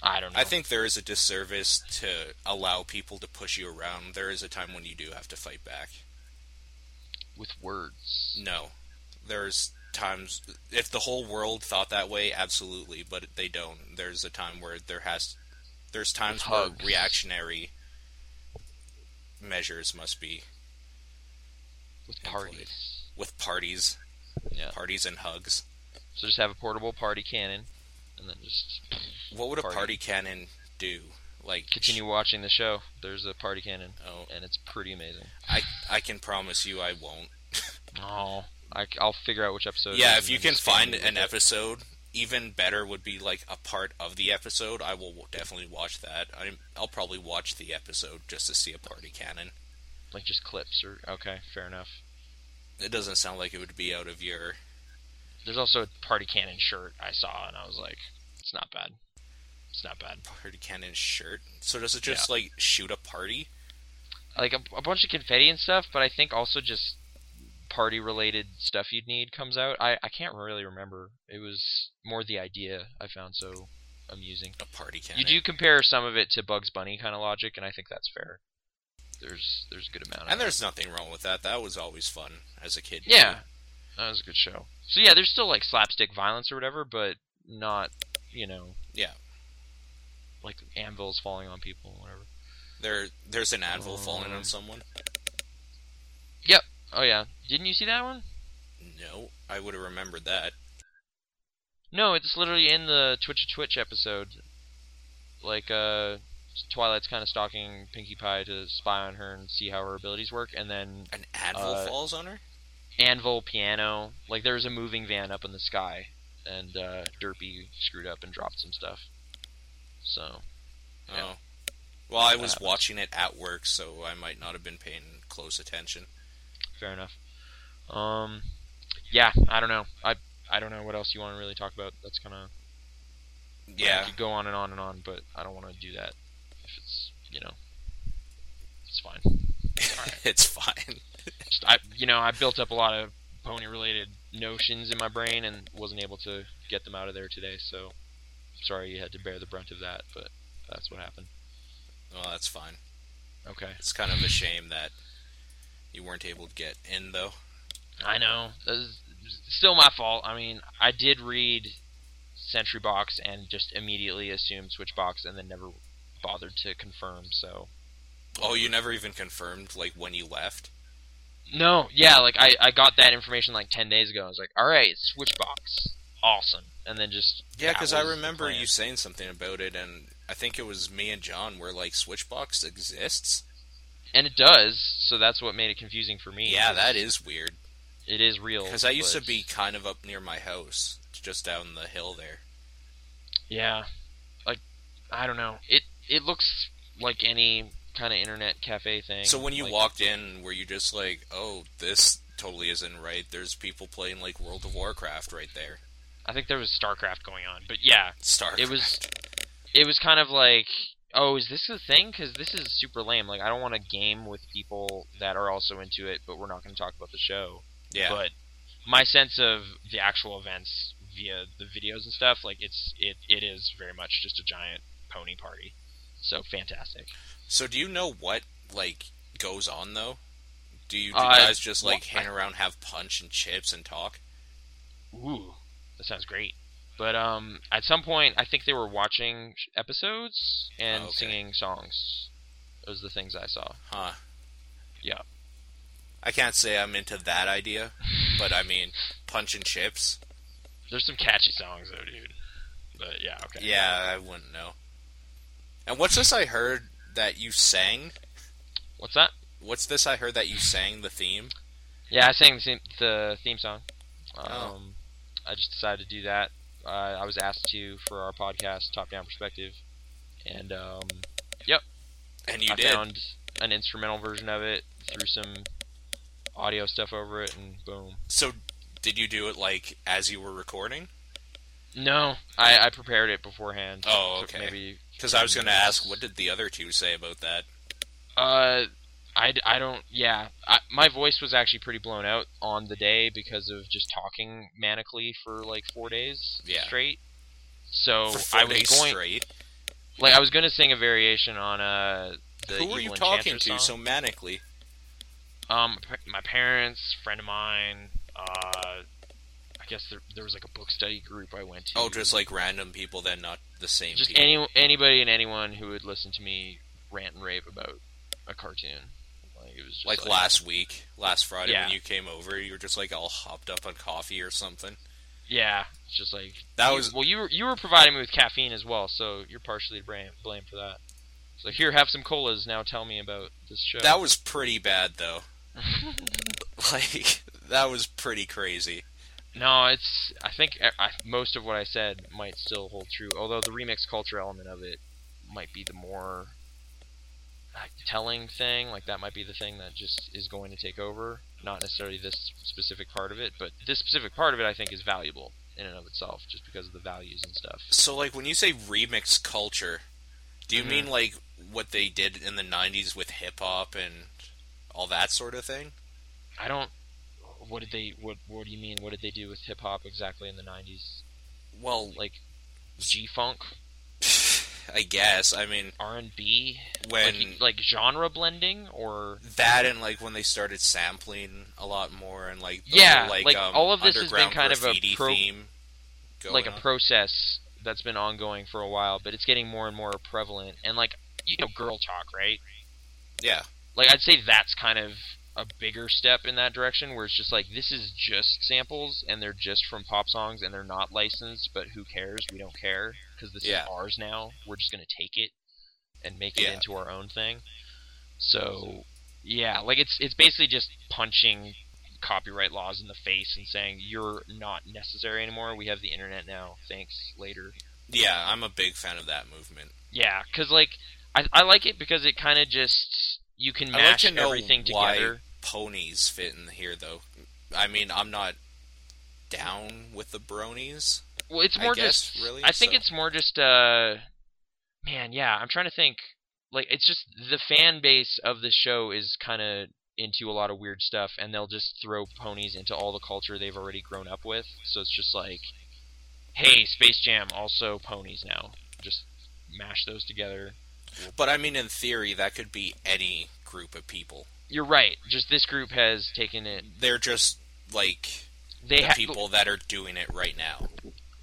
Speaker 1: I don't know.
Speaker 2: I think there is a disservice to allow people to push you around. There is a time when you do have to fight back.
Speaker 1: with words.
Speaker 2: No. There's times if the whole world thought that way, absolutely, but they don't. There's a time where there has there's times where
Speaker 1: Hugs.
Speaker 2: reactionary measures must be
Speaker 1: With
Speaker 2: Employed.
Speaker 1: parties.
Speaker 2: with parties,
Speaker 1: Yeah.
Speaker 2: parties and hugs.
Speaker 1: So just have a portable party cannon, and then just
Speaker 2: What would a
Speaker 1: Party.
Speaker 2: party cannon do? Like
Speaker 1: continue watching the show. There's a party cannon,
Speaker 2: Oh,
Speaker 1: and it's pretty amazing.
Speaker 2: I I can promise you I won't.
Speaker 1: Oh, I, will figure out which episode. it
Speaker 2: yeah,
Speaker 1: is
Speaker 2: if
Speaker 1: and
Speaker 2: you
Speaker 1: then
Speaker 2: can
Speaker 1: just continue
Speaker 2: find
Speaker 1: with
Speaker 2: an
Speaker 1: it.
Speaker 2: episode, even better would be like a part of the episode. I will definitely watch that. i I'll probably watch the episode just to see a party cannon.
Speaker 1: like just clips or okay, fair enough.
Speaker 2: It doesn't sound like it would be out of your.
Speaker 1: There's also a party cannon shirt I saw, and I was like, it's not bad. It's not bad.
Speaker 2: Party cannon shirt. So does it just like shoot a party?
Speaker 1: Like a, a bunch of confetti and stuff, but I think also just party related stuff you'd need comes out. I, I can't really remember. It was more the idea I found so amusing.
Speaker 2: A party cannon.
Speaker 1: You do compare some of it to Bugs Bunny kind of logic, and I think that's fair. There's there's a good amount. Of
Speaker 2: And
Speaker 1: that.
Speaker 2: there's nothing wrong with that. That was always fun as a kid.
Speaker 1: Yeah, that was a good show. So yeah, there's still like slapstick violence or whatever, but not you know.
Speaker 2: Yeah.
Speaker 1: Like anvils falling on people and whatever.
Speaker 2: There, there's an anvil falling on someone.
Speaker 1: Oh yeah, didn't you see that one?
Speaker 2: No, I would have remembered that.
Speaker 1: No, it's literally in the Twitch of Twitch episode. Like, uh, Twilight's kind of stalking Pinkie Pie to spy on her and see how her abilities work, and then
Speaker 2: An anvil
Speaker 1: Uh,
Speaker 2: falls on her.
Speaker 1: anvil, piano. Like, there's a moving van up in the sky, and uh, Derpy screwed up and dropped some stuff. So, yeah.
Speaker 2: Oh. Well, I
Speaker 1: That
Speaker 2: was
Speaker 1: happens.
Speaker 2: watching it at work, so I might not have been paying close attention.
Speaker 1: fair enough. Um, yeah, I don't know. I I don't know what else you want to really talk about. That's kind of
Speaker 2: Yeah,
Speaker 1: could go on and on and on, but I don't want to do that. If it's you know, it's fine.
Speaker 2: it's fine.
Speaker 1: just I you know I built up a lot of pony related notions in my brain and wasn't able to get them out of there today. So sorry you had to bear the brunt of that, but that's what happened.
Speaker 2: Well, that's fine.
Speaker 1: Okay,
Speaker 2: It's kind of a shame that you weren't able to get in, though.
Speaker 1: I know this is still my fault. I mean I did read Sentry Box and just immediately assumed Switch Box and then never bothered to confirm. So
Speaker 2: Oh, you never even confirmed like when you left.
Speaker 1: no, yeah, like I I got that information like ten days ago. I was like, all right, Switch Box, awesome, and then just
Speaker 2: Yeah,
Speaker 1: that
Speaker 2: because I
Speaker 1: was the
Speaker 2: remember
Speaker 1: plan.
Speaker 2: you saying something about it, and I think it was me and John were like, Switchbox exists.
Speaker 1: and it does. So that's what made it confusing for me.
Speaker 2: Yeah, that is weird.
Speaker 1: It is real.
Speaker 2: Because I used to
Speaker 1: but-
Speaker 2: be kind of up near my house, just down the hill there.
Speaker 1: Yeah, like I don't know. It it looks like any kind of internet cafe thing.
Speaker 2: So when you
Speaker 1: like,
Speaker 2: walked in, were you just like, "Oh, this totally isn't right"? There's people playing like World of Warcraft right there.
Speaker 1: I think there was StarCraft going on, but yeah,
Speaker 2: Starcraft.
Speaker 1: It was- it was kind of like, oh, is this a thing? Because this is super lame. Like I don't want to game with people that are also into it, but we're not going to talk about the show.
Speaker 2: Yeah.
Speaker 1: But my sense of the actual events via the videos and stuff, like it's it it is very much just a giant pony party. So fantastic.
Speaker 2: so do you know what like goes on though? Do you, do
Speaker 1: Uh,
Speaker 2: you guys just like
Speaker 1: wha-
Speaker 2: hang around, have punch and chips, and talk?
Speaker 1: Ooh, that sounds great. But um, at some point, I think they were watching sh- episodes and
Speaker 2: Oh, okay.
Speaker 1: singing songs. Those are the things I saw.
Speaker 2: Huh.
Speaker 1: Yeah.
Speaker 2: I can't say I'm into that idea, but I mean, punch and chips.
Speaker 1: There's some catchy songs though, dude. But yeah, okay.
Speaker 2: Yeah, I wouldn't know. And what's this I heard that you sang?
Speaker 1: What's that?
Speaker 2: What's this I heard that you sang the theme?
Speaker 1: Yeah, I sang the theme, the theme song. Um,
Speaker 2: Oh.
Speaker 1: I just decided to do that. Uh, I was asked to for our podcast, Top Down Perspective, and um,
Speaker 2: And you
Speaker 1: I
Speaker 2: did.
Speaker 1: found an instrumental version of it, threw some audio stuff over it, and boom.
Speaker 2: So, did you do it like as you were recording?
Speaker 1: No, I, I prepared it beforehand.
Speaker 2: Oh,
Speaker 1: Took
Speaker 2: okay.
Speaker 1: Maybe
Speaker 2: Because I was going to ask, what did the other two say about that?
Speaker 1: uh, I, d- I don't. Yeah, I, my voice was actually pretty blown out on the day because of just talking manically for like four days
Speaker 2: Yeah.
Speaker 1: straight. So
Speaker 2: For four
Speaker 1: Oh, I was
Speaker 2: days
Speaker 1: going
Speaker 2: straight.
Speaker 1: like I was going to sing a variation on uh. The
Speaker 2: Who were you
Speaker 1: Evil
Speaker 2: talking
Speaker 1: Enchantress
Speaker 2: to
Speaker 1: song.
Speaker 2: so manically?
Speaker 1: Um, my pa- my parents, friend of mine, uh, I guess there, there was like a book study group I went to.
Speaker 2: Oh, just like random people, then not the same
Speaker 1: just
Speaker 2: people.
Speaker 1: any anybody and anyone who would listen to me rant and rave about a cartoon. Like it was just
Speaker 2: like, last week, last Friday
Speaker 1: Yeah.
Speaker 2: when you came over, you were just like all hopped up on coffee or something.
Speaker 1: Yeah, it's just like
Speaker 2: That
Speaker 1: you-
Speaker 2: was
Speaker 1: well, you were you were providing me with caffeine as well, so you're partially blame blamed for that. So here, have some colas. Now tell me about this show.
Speaker 2: that was pretty bad though. Like that was pretty crazy.
Speaker 1: no, it's I think e, I, I- most of what I said might still hold true, although the remix culture element of it might be the more like, telling thing. Like that might be the thing that just is going to take over. Not necessarily this specific part of it, but this specific part of it I think is valuable in and of itself, just because of the values and stuff.
Speaker 2: So like when you say remix culture, do you
Speaker 1: Mhm.
Speaker 2: mean like what they did in the 90s with hip hop and all that sort of thing?
Speaker 1: I don't. What did they? What What do you mean? What did they do with hip hop exactly in the '90s?
Speaker 2: Well,
Speaker 1: Like G funk,
Speaker 2: I guess. I mean,
Speaker 1: R and B,
Speaker 2: when
Speaker 1: like like genre blending, or
Speaker 2: that and like when they started sampling a lot more and like the
Speaker 1: Yeah,
Speaker 2: whole, like,
Speaker 1: like,
Speaker 2: um,
Speaker 1: all of this has been
Speaker 2: underground
Speaker 1: kind of a
Speaker 2: graffiti
Speaker 1: pro-
Speaker 2: theme going
Speaker 1: like a
Speaker 2: on.
Speaker 1: process that's been ongoing for a while, but it's getting more and more prevalent. And like you know girl talk, right?
Speaker 2: Yeah.
Speaker 1: Like I'd say that's kind of a bigger step in that direction where it's just like this is just samples and they're just from pop songs and they're not licensed, but who cares? We don't care because this
Speaker 2: Yeah.
Speaker 1: is ours now. We're just gonna take it and make it
Speaker 2: Yeah.
Speaker 1: into our own thing. So yeah, like it's it's basically just punching copyright laws in the face and saying you're not necessary anymore. We have the internet now. Thanks later.
Speaker 2: Yeah, I'm a big fan of that movement.
Speaker 1: Yeah, because like I, I like it because it kind of just you can
Speaker 2: I'd like
Speaker 1: mash
Speaker 2: to know
Speaker 1: everything
Speaker 2: why-
Speaker 1: together.
Speaker 2: Ponies fit in here, though. I mean, I'm not down with the bronies.
Speaker 1: Well, it's
Speaker 2: I
Speaker 1: more
Speaker 2: guess,
Speaker 1: just
Speaker 2: really,
Speaker 1: I think
Speaker 2: so-
Speaker 1: it's more just uh, man, yeah. I'm trying to think. Like it's just the fan base of the show is kind of into a lot of weird stuff, and they'll just throw ponies into all the culture they've already grown up with. So it's just like, hey, Space Jam also ponies now. Just mash those together.
Speaker 2: But I mean, in theory, that could be any group of people.
Speaker 1: You're right. Just this group has taken it.
Speaker 2: They're just like
Speaker 1: They
Speaker 2: the
Speaker 1: have
Speaker 2: people that are doing it right now.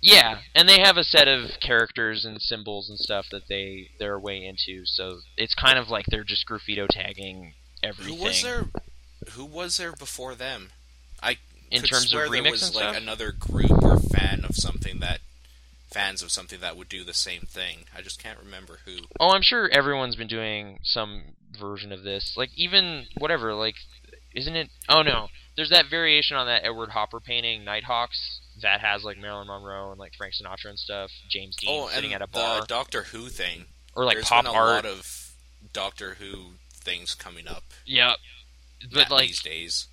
Speaker 1: Yeah, and they have a set of characters and symbols and stuff that they they're way into. So it's kind of like they're just graffito tagging everything
Speaker 2: Who was there? Who was there before them? I
Speaker 1: in
Speaker 2: could
Speaker 1: terms of
Speaker 2: swear
Speaker 1: remix
Speaker 2: there was
Speaker 1: and
Speaker 2: like
Speaker 1: stuff.
Speaker 2: another group or fan of something that fans of something that would do the same thing. I just can't remember who.
Speaker 1: oh, I'm sure everyone's been doing some version of this. Like even whatever, like isn't it? Oh no, there's that variation on that Edward Hopper painting, Nighthawks, that has like Marilyn Monroe and like Frank Sinatra and stuff. James Dean
Speaker 2: oh,
Speaker 1: sitting
Speaker 2: and
Speaker 1: at a bar,
Speaker 2: the Doctor Who thing.
Speaker 1: or like
Speaker 2: There's
Speaker 1: pop
Speaker 2: been a
Speaker 1: art.
Speaker 2: lot of Doctor Who things coming up
Speaker 1: yep. But
Speaker 2: at-
Speaker 1: like
Speaker 2: these days.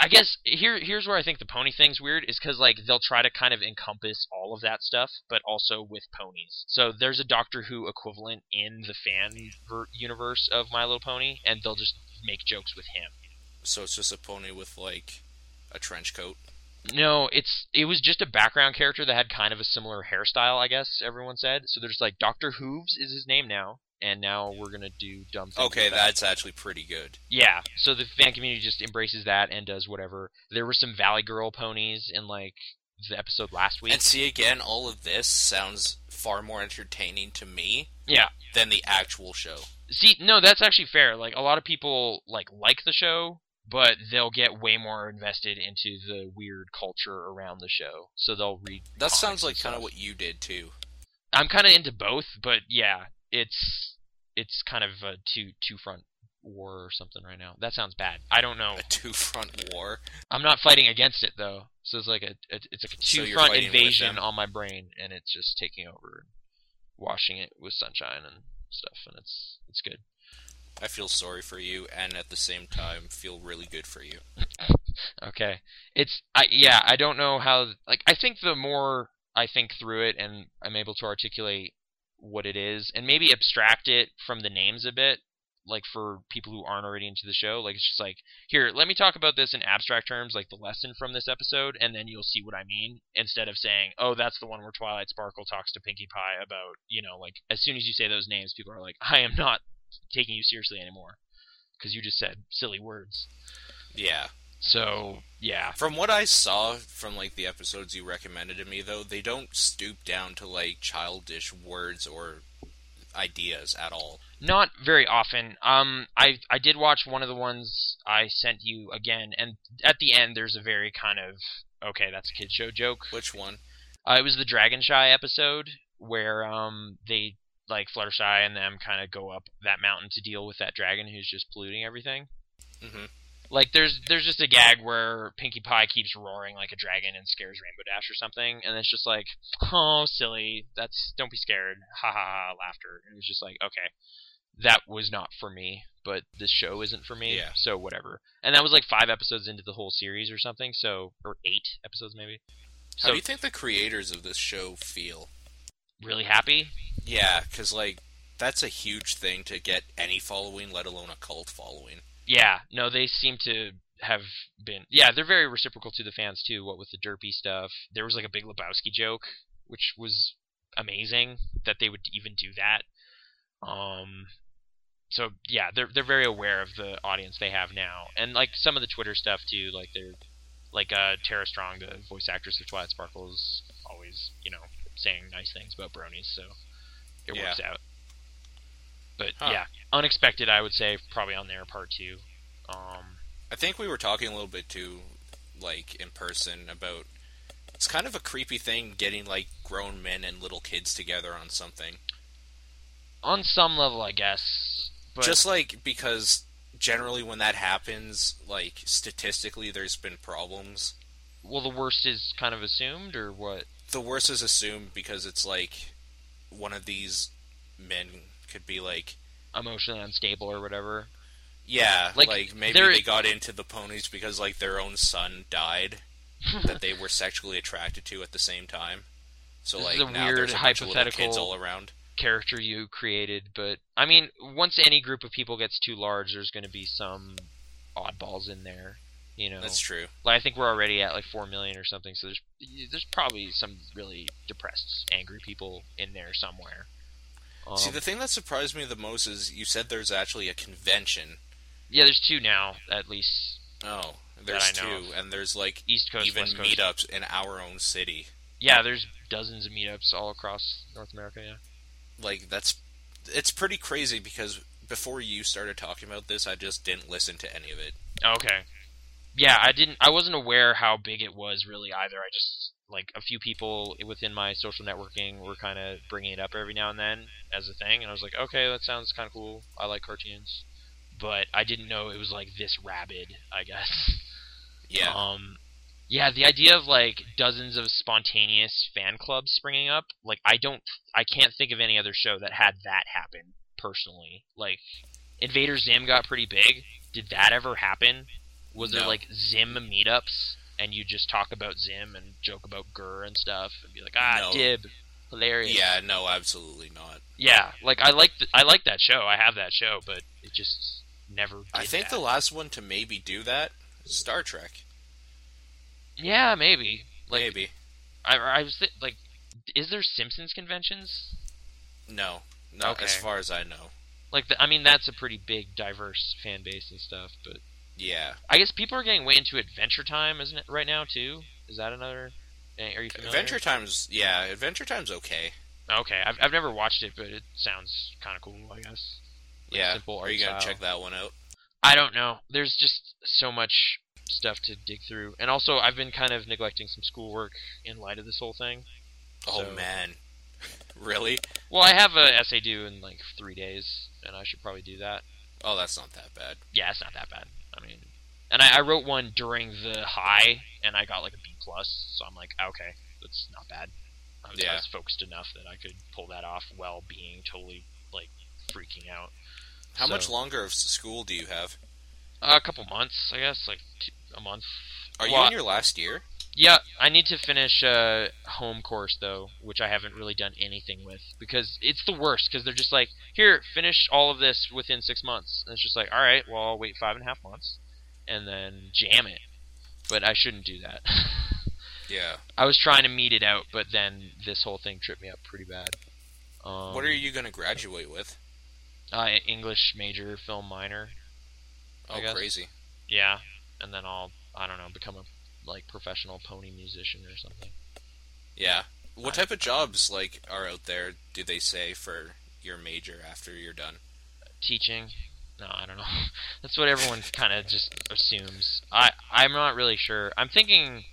Speaker 1: I guess here here's where I think the pony thing's weird is because like they'll try to kind of encompass all of that stuff, but also with ponies. So there's a Doctor Who equivalent in the fan ver- universe of My Little Pony, and they'll just make jokes with him.
Speaker 2: So it's just a pony with like a trench coat.
Speaker 1: No, it's it was just a background character that had kind of a similar hairstyle, I guess everyone said. So there's like Doctor Hooves is his name now, and now we're gonna do dumb. Things
Speaker 2: Okay,
Speaker 1: with that.
Speaker 2: that's actually pretty good.
Speaker 1: Yeah, so the fan community just embraces that and does whatever. There were some Valley Girl ponies in like the episode last week.
Speaker 2: And see again, all of this sounds far more entertaining to me
Speaker 1: yeah.
Speaker 2: than the actual show.
Speaker 1: See, no, that's actually fair. Like a lot of people like like the show, but they'll get way more invested into the weird culture around the show. So they'll read.
Speaker 2: That
Speaker 1: comics
Speaker 2: sounds
Speaker 1: and
Speaker 2: like kind of
Speaker 1: stuff.
Speaker 2: what you did too.
Speaker 1: I'm kind of into both, but yeah, it's it's kind of a two two front war or something right now. That sounds bad. I don't know.
Speaker 2: A two-front war.
Speaker 1: I'm not fighting against it though. So it's like a it's it's like a
Speaker 2: So
Speaker 1: two
Speaker 2: you're
Speaker 1: front
Speaker 2: fighting with
Speaker 1: invasion
Speaker 2: them.
Speaker 1: on my brain, and it's just taking over, and washing it with sunshine and stuff, and it's it's good.
Speaker 2: I feel sorry for you, and at the same time, feel really good for you.
Speaker 1: Okay. It's I yeah, I don't know how like I think the more I think through it and I'm able to articulate what it is and maybe abstract it from the names a bit like for people who aren't already into the show like it's just like here let me talk about this in abstract terms like the lesson from this episode and then you'll see what i mean instead of saying oh that's the one where twilight sparkle talks to pinkie pie about you know like as soon as you say those names people are like i am not taking you seriously anymore because you just said silly words
Speaker 2: Yeah.
Speaker 1: so yeah
Speaker 2: From what I saw from like the episodes you recommended to me, though, they don't stoop down to like childish words or ideas at all.
Speaker 1: Not very often. Um, I I did watch one of the ones I sent you again, and at the end there's a very kind of okay, that's a kid show joke.
Speaker 2: Which one?
Speaker 1: Uh, it was the Dragon Shy episode where um they like Fluttershy and them kind of go up that mountain to deal with that dragon who's just polluting everything.
Speaker 2: hmm
Speaker 1: Like there's there's just a gag where Pinkie Pie keeps roaring like a dragon and scares Rainbow Dash or something, and it's just like, oh silly, that's don't be scared, ha ha ha, laughter. And it's just like, okay, that was not for me, but this show isn't for me,
Speaker 2: Yeah.
Speaker 1: so whatever. And that was like five episodes into the whole series or something, so or eight episodes maybe. So
Speaker 2: How do you think the creators of this show feel?
Speaker 1: really happy.
Speaker 2: Yeah, because like that's a huge thing to get any following, let alone a cult following.
Speaker 1: Yeah, no, they seem to have been. Yeah, they're very reciprocal to the fans too. What with the derpy stuff, there was like a big Lebowski joke, which was amazing that they would even do that. Um, so yeah, they're they're very aware of the audience they have now, and like some of the Twitter stuff too. Like they're like uh, Tara Strong, the voice actress of Twilight Sparkle, is always you know saying nice things about bronies, so it
Speaker 2: Yeah.
Speaker 1: works out. But
Speaker 2: Huh.
Speaker 1: yeah, unexpected. I would say probably on their part too. Um,
Speaker 2: I think we were talking a little bit too, like in person, about it's kind of a creepy thing getting like grown men and little kids together on something.
Speaker 1: on some level, I guess. But
Speaker 2: Just like because generally when that happens, like statistically, there's been problems.
Speaker 1: well, the worst is kind of assumed, or what?
Speaker 2: The worst is assumed because it's like one of these men could be like,
Speaker 1: Emotionally unstable or whatever.
Speaker 2: yeah,
Speaker 1: Like,
Speaker 2: like, maybe
Speaker 1: there-
Speaker 2: they got into the ponies because like their own son died that they were sexually attracted to at the same time. So
Speaker 1: This
Speaker 2: like
Speaker 1: is a
Speaker 2: now
Speaker 1: weird
Speaker 2: there's a bunch of little kids
Speaker 1: hypothetical-
Speaker 2: all around.
Speaker 1: character you created, but I mean, once any group of people gets too large, there's going to be some oddballs in there. You know,
Speaker 2: That's true.
Speaker 1: like I think we're already at like four million or something, so there's there's probably some really depressed, angry people in there somewhere. Um,
Speaker 2: See, the thing that surprised me the most is you said there's actually a convention.
Speaker 1: yeah, there's two now at least,
Speaker 2: Oh, there's
Speaker 1: I know
Speaker 2: two, and there's like
Speaker 1: East Coast,
Speaker 2: even
Speaker 1: West Coast.
Speaker 2: meetups in our own city.
Speaker 1: Yeah, there's dozens of meetups all across North America. Yeah,
Speaker 2: Like that's it's pretty crazy because before you started talking about this, I just didn't listen to any of it.
Speaker 1: Okay. Yeah, I didn't. I wasn't aware how big it was really either. I just like a few people within my social networking were kind of bringing it up every now and then as a thing, and I was like, okay, that sounds kind of cool. I like cartoons, but I didn't know it was like this rabid. I guess.
Speaker 2: Yeah,
Speaker 1: Um, yeah, the idea of like dozens of spontaneous fan clubs springing up, like I don't, I can't think of any other show that had that happen personally. Like, Invader Zim got pretty big. Did that ever happen? Was there
Speaker 2: No.
Speaker 1: like Zim meetups and you just talk about Zim and joke about Gurr and stuff and be like, ah,
Speaker 2: No.
Speaker 1: dib, hilarious.
Speaker 2: yeah, no, absolutely not.
Speaker 1: yeah. Like I like, th- I like that show. I have that show, but it just never. Did
Speaker 2: I think
Speaker 1: that.
Speaker 2: the last one to maybe do that Star Trek.
Speaker 1: yeah maybe like
Speaker 2: maybe
Speaker 1: I, I was th- like, is there Simpsons conventions?
Speaker 2: no, not as
Speaker 1: Okay.
Speaker 2: far as I know.
Speaker 1: Like, the, I mean, that's a pretty big, diverse fan base and stuff. But
Speaker 2: Yeah,
Speaker 1: I guess people are getting way into Adventure Time, isn't it? Right now, too. Is that another? eh, Are you familiar?
Speaker 2: Adventure Time's yeah, Adventure Time's okay.
Speaker 1: Okay, I've I've never watched it, but it sounds kind of cool. I guess. Like
Speaker 2: yeah,
Speaker 1: Simple
Speaker 2: are
Speaker 1: art
Speaker 2: you gonna
Speaker 1: style.
Speaker 2: check that one out?
Speaker 1: I don't know. There's just so much stuff to dig through, and also I've been kind of neglecting some schoolwork in light of this whole thing.
Speaker 2: Oh
Speaker 1: So-
Speaker 2: man, really?
Speaker 1: Well, I have a essay due in like three days, and I should probably do that.
Speaker 2: Oh, that's not that bad.
Speaker 1: yeah, it's not that bad. I mean, and I, I wrote one during the high, and I got like a B plus. So I'm like, okay, that's not bad. I was, I
Speaker 2: Yeah.
Speaker 1: was focused enough that I could pull that off while being totally like freaking out.
Speaker 2: How
Speaker 1: So,
Speaker 2: much longer of s- school do you have?
Speaker 1: Uh, a couple months, I guess, like two, a month.
Speaker 2: Are you
Speaker 1: Well,
Speaker 2: in your last year?
Speaker 1: Yeah, I need to finish uh, home course though, which I haven't really done anything with because it's the worst. Because they're just like, here, finish all of this within six months, and it's just like, all right, well, I'll wait five and a half months, and then jam it. But I shouldn't do that.
Speaker 2: Yeah.
Speaker 1: I was trying to meet it out, but then this whole thing tripped me up pretty bad. Um,
Speaker 2: what are you going to graduate with?
Speaker 1: Uh, English major, film minor. I
Speaker 2: Oh,
Speaker 1: guess.
Speaker 2: crazy.
Speaker 1: Yeah, and then I'll, I don't know, become a like professional pony musician or something.
Speaker 2: Yeah. What
Speaker 1: I-
Speaker 2: type of jobs like are out there? Do they say for your major after you're done?
Speaker 1: teaching. No, I don't know. That's what everyone kind of just assumes. I I'm not really sure. I'm thinking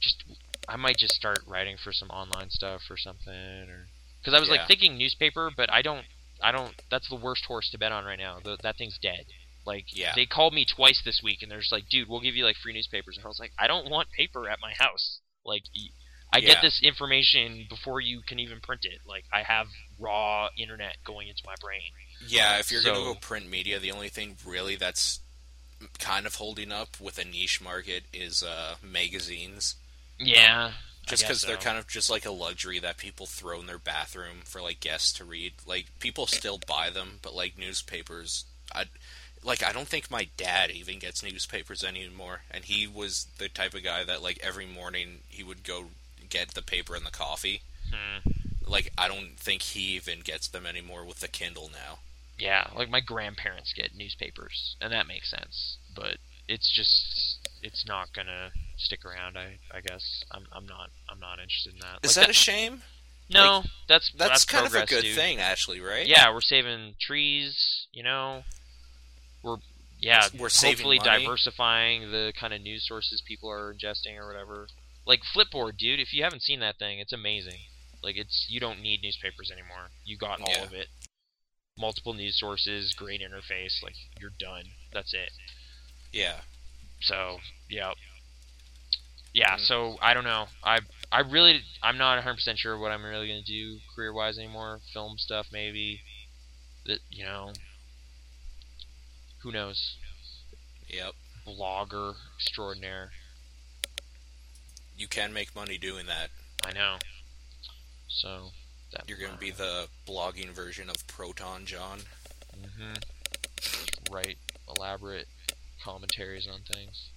Speaker 1: just I might just start writing for some online stuff or something or cuz I was
Speaker 2: Yeah.
Speaker 1: like thinking newspaper, but I don't I don't that's the worst horse to bet on right now. Th that thing's dead. Like
Speaker 2: Yeah.
Speaker 1: they called me twice this week and they're just like, "Dude, we'll give you like free newspapers." And I was like, "I don't want paper at my house." Like y- I
Speaker 2: Yeah.
Speaker 1: get this information before you can even print it. Like I have raw internet going into my brain.
Speaker 2: Yeah, if you're going to
Speaker 1: So-
Speaker 2: go print media, the only thing really that's kind of holding up with a niche market is uh, magazines.
Speaker 1: Yeah. I guess
Speaker 2: Just because they're
Speaker 1: so.
Speaker 2: kind of just like a luxury that people throw in their bathroom for like guests to read. Like people still buy them, but like newspapers, I like I don't think my dad even gets newspapers anymore. And he was the type of guy that like every morning he would go get the paper and the coffee.
Speaker 1: Hmm.
Speaker 2: Like I don't think he even gets them anymore with the Kindle now.
Speaker 1: Yeah, like my grandparents get newspapers, and that makes sense. But it's just it's not gonna stick around. I I guess I'm I'm not I'm not interested in that.
Speaker 2: Is
Speaker 1: Like
Speaker 2: that a shame?
Speaker 1: No, that's
Speaker 2: That's, kind
Speaker 1: progress,
Speaker 2: of a good
Speaker 1: dude.
Speaker 2: thing, actually, right?
Speaker 1: Yeah, we're saving trees. You know, we're yeah,
Speaker 2: We're saving
Speaker 1: hopefully
Speaker 2: money.
Speaker 1: diversifying the kind of news sources people are ingesting or whatever. Like Flipboard, dude. If you haven't seen that thing, it's amazing. Like it's you don't need newspapers anymore. You got all
Speaker 2: Yeah.
Speaker 1: of it. Multiple news sources, great interface. Like you're done. That's it.
Speaker 2: Yeah.
Speaker 1: So yeah, yeah.
Speaker 2: Mm.
Speaker 1: So I don't know. I I really I'm not 100 percent sure what I'm really gonna do career wise anymore. Film stuff maybe. That you know. Who knows?
Speaker 2: Yep.
Speaker 1: Blogger extraordinaire.
Speaker 2: You can make money doing that.
Speaker 1: I know. So that
Speaker 2: You're going to be the blogging version of Proton John.
Speaker 1: hmm Write elaborate commentaries on things.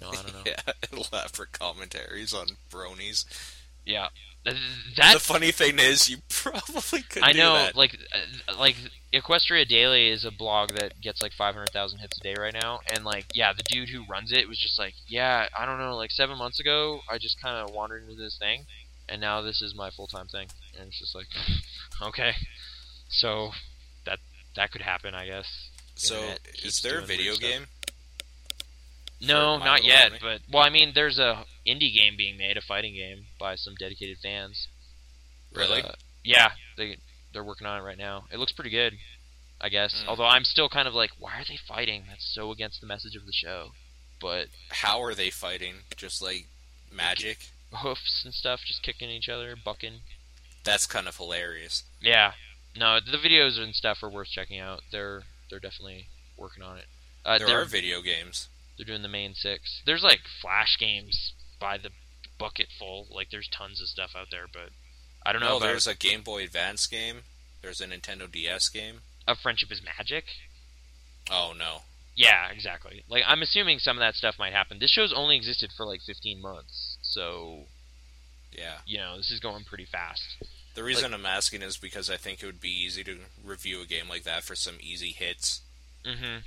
Speaker 1: No, I don't know.
Speaker 2: Yeah, elaborate commentaries on bronies.
Speaker 1: yeah. Th- That
Speaker 2: the funny thing is, you probably could
Speaker 1: I
Speaker 2: do
Speaker 1: know,
Speaker 2: that.
Speaker 1: like, uh, like Equestria Daily is a blog that gets like 500,000 hits a day right now, and like, yeah, the dude who runs it was just like, yeah, I don't know, like seven months ago, I just kind of wandered into this thing, and now this is my full time thing, and it's just like, okay, so that that could happen, I guess.
Speaker 2: so,
Speaker 1: internet keeps
Speaker 2: is there a
Speaker 1: doing weird
Speaker 2: video
Speaker 1: stuff.
Speaker 2: game?
Speaker 1: No,
Speaker 2: For
Speaker 1: not
Speaker 2: Milo
Speaker 1: yet,
Speaker 2: Ronnie?
Speaker 1: but well, I mean, there's a indie game being made, a fighting game by some dedicated fans, But,
Speaker 2: Really?
Speaker 1: uh, yeah, they they're working on it right now. It looks pretty good, I guess.
Speaker 2: Mm.
Speaker 1: Although I'm still kind of like, why are they fighting? That's so against the message of the show. But
Speaker 2: How are they fighting? Just like magic?
Speaker 1: hoofs and stuff just kicking each other, bucking.
Speaker 2: That's kind of hilarious.
Speaker 1: Yeah. No, the videos and stuff are worth checking out. They're they're definitely working on it. Uh,
Speaker 2: there
Speaker 1: they're
Speaker 2: are video games.
Speaker 1: they're doing the main six. There's like flash games by the bucket full. Like there's tons of stuff out there, but I don't know
Speaker 2: No,
Speaker 1: about
Speaker 2: Oh, there's a Game Boy Advance game. There's a Nintendo DS game.
Speaker 1: a friendship is magic.
Speaker 2: Oh no.
Speaker 1: Yeah, exactly. Like I'm assuming some of that stuff might happen. This show's only existed for like 15 months, so
Speaker 2: Yeah.
Speaker 1: you know this is going pretty fast.
Speaker 2: The reason I'm asking is because I think it would be easy to review a game like that for some easy hits.
Speaker 1: Mm-hmm.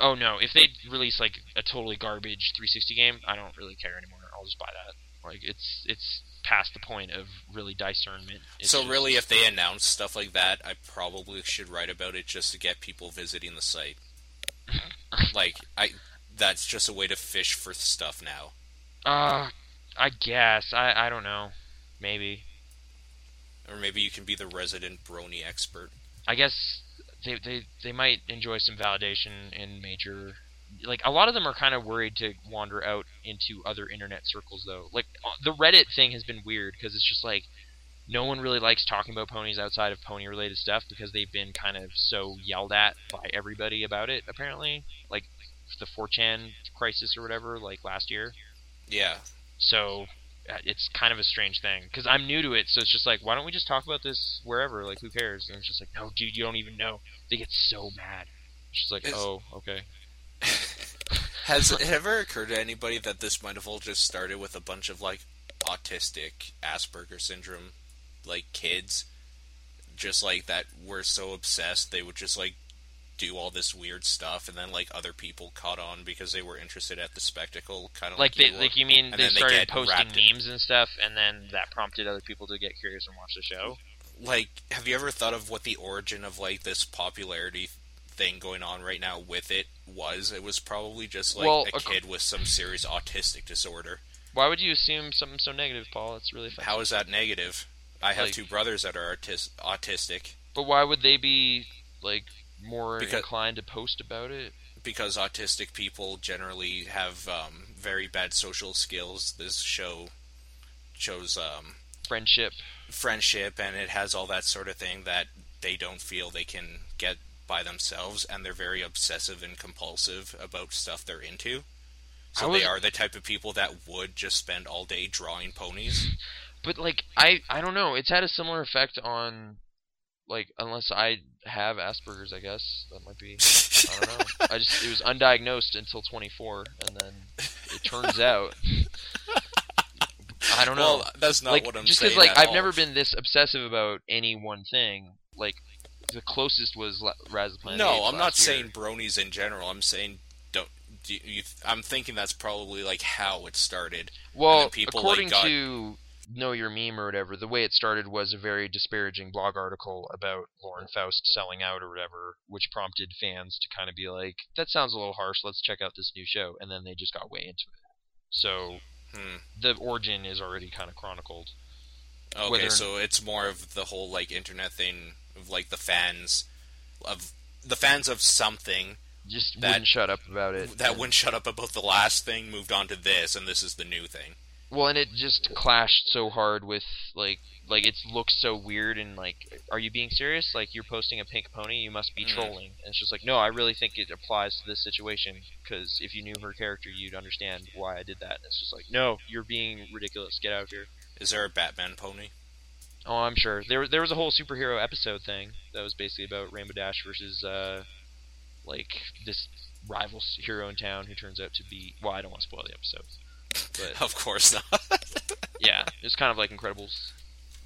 Speaker 1: Oh no, if they release like a totally garbage 360 game, I don't really care anymore. I'll just buy that. Like it's it's past the point of really discernment. It's
Speaker 2: so
Speaker 1: just-
Speaker 2: really, if they announce stuff like that, I probably should write about it just to get people visiting the site. like I, that's just a way to fish for stuff now.
Speaker 1: uh, I guess I I don't know, maybe
Speaker 2: Or maybe you can be the resident brony expert.
Speaker 1: I guess they, they they might enjoy some validation in major like a lot of them are kind of worried to wander out into other internet circles though. Like uh, the Reddit thing has been weird because it's just like no one really likes talking about ponies outside of pony related stuff because they've been kind of so yelled at by everybody about it apparently. Like the 4chan crisis or whatever like last year.
Speaker 2: Yeah,
Speaker 1: So uh, it's kind of a strange thing because I'm new to it, so it's just like, why don't we just talk about this wherever? Like, who cares? And it's just like, no, dude, you don't even know. They get so mad. She's like,
Speaker 2: It's-
Speaker 1: oh, okay.
Speaker 2: Has it ever occurred to anybody that this might have all just started with a bunch of like autistic Asperger syndrome like kids? Just like that were so obsessed they would just like do all this weird stuff and then like other people caught on because they were interested at the spectacle kind of
Speaker 1: Like,
Speaker 2: like,
Speaker 1: they,
Speaker 2: you
Speaker 1: like
Speaker 2: were.
Speaker 1: you mean
Speaker 2: and
Speaker 1: they
Speaker 2: then they
Speaker 1: started
Speaker 2: get
Speaker 1: posting
Speaker 2: wrapped in-
Speaker 1: memes and stuff, and then that prompted other people to get curious and watch the show?
Speaker 2: like have you ever thought of what the origin of like this popularity thing going on right now with it was it was probably just like
Speaker 1: Well,
Speaker 2: a
Speaker 1: ac-
Speaker 2: kid with some serious autistic disorder
Speaker 1: Why would you assume something so negative, Paul? It's really offensive.
Speaker 2: How is that negative? I have
Speaker 1: Like-
Speaker 2: two brothers that are autis- autistic
Speaker 1: But why would they be like more
Speaker 2: Because-
Speaker 1: inclined to post about it?
Speaker 2: because autistic people generally have um, very bad social skills. This show shows um,
Speaker 1: Friendship.
Speaker 2: friendship and it has all that sort of thing that they don't feel they can get by themselves, and they're very obsessive and compulsive about stuff they're into. So
Speaker 1: I was-
Speaker 2: they are the type of people that would just spend all day drawing ponies.
Speaker 1: but like I I don't know. It's had a similar effect on like unless I have Asperger's, I guess that might be. I don't know. I just it was undiagnosed until 24, and then it turns out. I don't know.
Speaker 2: Well, that's not
Speaker 1: like
Speaker 2: what I'm
Speaker 1: just
Speaker 2: saying.
Speaker 1: like
Speaker 2: at
Speaker 1: I've
Speaker 2: all.
Speaker 1: never been this obsessive about any one thing. Like the closest was La- Rise of the Planet of the
Speaker 2: No,
Speaker 1: Apes
Speaker 2: I'm not
Speaker 1: last year.
Speaker 2: saying bronies in general. I'm saying don't. Do you, I'm thinking that's probably like how it started.
Speaker 1: Well,
Speaker 2: people, like,
Speaker 1: according
Speaker 2: got-
Speaker 1: to Know Your Meme or whatever, the way it started was a very disparaging blog article about Lauren Faust selling out or whatever, which prompted fans to kind of be like, that sounds a little harsh, let's check out this new show. And then they just got way into it. So
Speaker 2: Hmm.
Speaker 1: the origin is already kind of chronicled.
Speaker 2: Okay,
Speaker 1: Whether-
Speaker 2: so it's more of the whole like internet thing of like the fans of the fans of something
Speaker 1: Just
Speaker 2: That-
Speaker 1: wouldn't shut up about it.
Speaker 2: that
Speaker 1: And-
Speaker 2: wouldn't shut up about the last thing, moved on to this, and this is the new thing.
Speaker 1: Well, and it just clashed so hard with like like it looks so weird and like are you being serious? Like you're posting a pink pony, you must be
Speaker 2: Mm.
Speaker 1: trolling. And it's just like no, I really think it applies to this situation because if you knew her character, you'd understand why I did that. And it's just like no, you're being ridiculous. Get out of here.
Speaker 2: Is there a Batman pony?
Speaker 1: Oh, I'm sure there there was a whole superhero episode thing that was basically about Rainbow Dash versus uh like this rival s- hero in town who turns out to be well, I don't want to spoil the episode, but
Speaker 2: Of course not.
Speaker 1: yeah, it's kind of like Incredibles,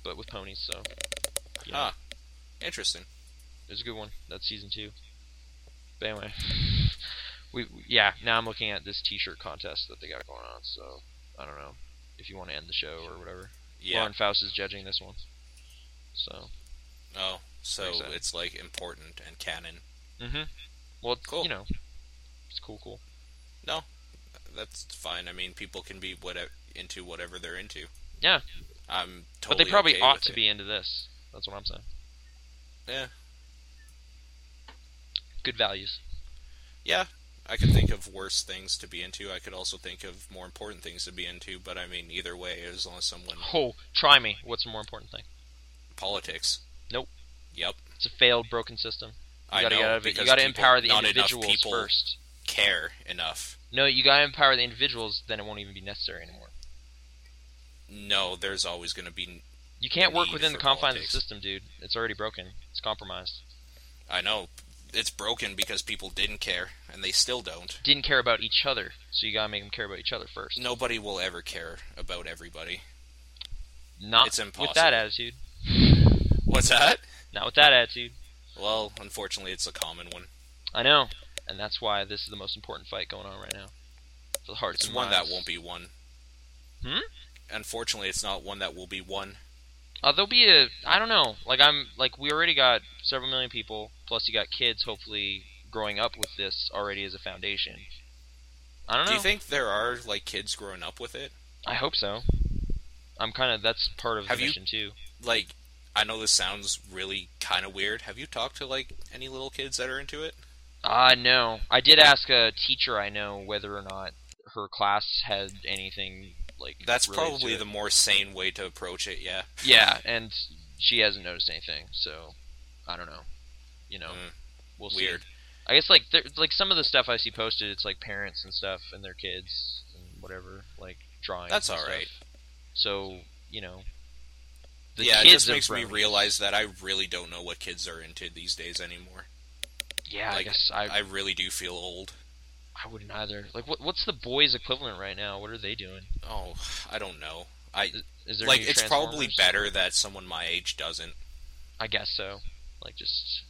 Speaker 1: but with ponies. So, yeah,
Speaker 2: Huh. Interesting.
Speaker 1: it was a good one. That's season two. But anyway, we we- yeah. Now I'm looking at this T-shirt contest that they got going on. So I don't know if you want to end the show or whatever.
Speaker 2: Yeah.
Speaker 1: Lauren Faust is judging this one. So.
Speaker 2: Oh, so
Speaker 1: Makes sense.
Speaker 2: it's like important and canon.
Speaker 1: Mm-hmm. Well,
Speaker 2: Cool.
Speaker 1: cool. You know, it's cool, cool.
Speaker 2: That's fine. I mean, people can be whatever into whatever they're into.
Speaker 1: Yeah.
Speaker 2: I'm
Speaker 1: But
Speaker 2: totally.
Speaker 1: they probably
Speaker 2: okay
Speaker 1: ought
Speaker 2: with
Speaker 1: to
Speaker 2: it.
Speaker 1: be into this. That's what I'm saying.
Speaker 2: Yeah.
Speaker 1: Good values.
Speaker 2: Yeah. I could think of worse things to be into. I could also think of more important things to be into. But I mean, either way, as long as someone
Speaker 1: Oh, try me. What's the more important thing?
Speaker 2: politics.
Speaker 1: Nope.
Speaker 2: Yep.
Speaker 1: It's a failed, broken system. You
Speaker 2: I
Speaker 1: gotta
Speaker 2: know.
Speaker 1: get out of it.
Speaker 2: because
Speaker 1: You gotta
Speaker 2: people-
Speaker 1: empower the
Speaker 2: not enough
Speaker 1: individuals
Speaker 2: people
Speaker 1: first.
Speaker 2: Care enough.
Speaker 1: No, you gotta empower the individuals, then it won't even be necessary anymore.
Speaker 2: No, there's always going to be.
Speaker 1: You can't work
Speaker 2: Need
Speaker 1: within the
Speaker 2: for
Speaker 1: confines
Speaker 2: politics.
Speaker 1: of the system, dude. It's already broken. It's compromised.
Speaker 2: I know. It's broken because people didn't care, and they still don't.
Speaker 1: Didn't care about each other, so you gotta make them care about each other first.
Speaker 2: Nobody will ever care about everybody.
Speaker 1: Not
Speaker 2: it's
Speaker 1: with that
Speaker 2: impossible.
Speaker 1: attitude.
Speaker 2: What's that?
Speaker 1: Not with that attitude.
Speaker 2: Well, unfortunately, it's a common one.
Speaker 1: I know, and that's why this is the most important fight going on right now. For the hearts
Speaker 2: It's
Speaker 1: and
Speaker 2: one that
Speaker 1: minds.
Speaker 2: won't be won.
Speaker 1: Hmm?
Speaker 2: Unfortunately, it's not one that will be won.
Speaker 1: Uh, there'll be a. I don't know. Like I'm. Like we already got several million people. Plus you got kids, hopefully growing up with this already as a foundation. I don't know.
Speaker 2: Do you think there are like kids growing up with it?
Speaker 1: I hope so. I'm kind of. That's part of
Speaker 2: Have
Speaker 1: the
Speaker 2: you-
Speaker 1: mission too.
Speaker 2: Like, I know this sounds really kind of weird. Have you talked to like any little kids that are into it?
Speaker 1: Ah, no. I did ask a teacher I know whether or not her class had anything like.
Speaker 2: That's
Speaker 1: related
Speaker 2: probably
Speaker 1: to
Speaker 2: the
Speaker 1: it.
Speaker 2: more sane way to approach it. Yeah.
Speaker 1: Yeah, and she hasn't noticed anything. So, I don't know. You know,
Speaker 2: Mm,
Speaker 1: we'll see.
Speaker 2: Weird.
Speaker 1: I guess like there, like some of the stuff I see posted, it's like parents and stuff and their kids and whatever, like drawing.
Speaker 2: That's
Speaker 1: all right.
Speaker 2: alright.
Speaker 1: So you know, the
Speaker 2: yeah,
Speaker 1: kids
Speaker 2: it just
Speaker 1: are
Speaker 2: makes me
Speaker 1: brownies.
Speaker 2: realize that I really don't know what kids are into these days anymore.
Speaker 1: Yeah, I
Speaker 2: like,
Speaker 1: guess I,
Speaker 2: I really do feel old.
Speaker 1: I wouldn't either. Like, what what's the boys equivalent right now? What are they doing?
Speaker 2: Oh, I don't know. I
Speaker 1: Is there
Speaker 2: like
Speaker 1: new
Speaker 2: it's probably
Speaker 1: Transformers?
Speaker 2: better that someone my age doesn't
Speaker 1: I guess so. Like just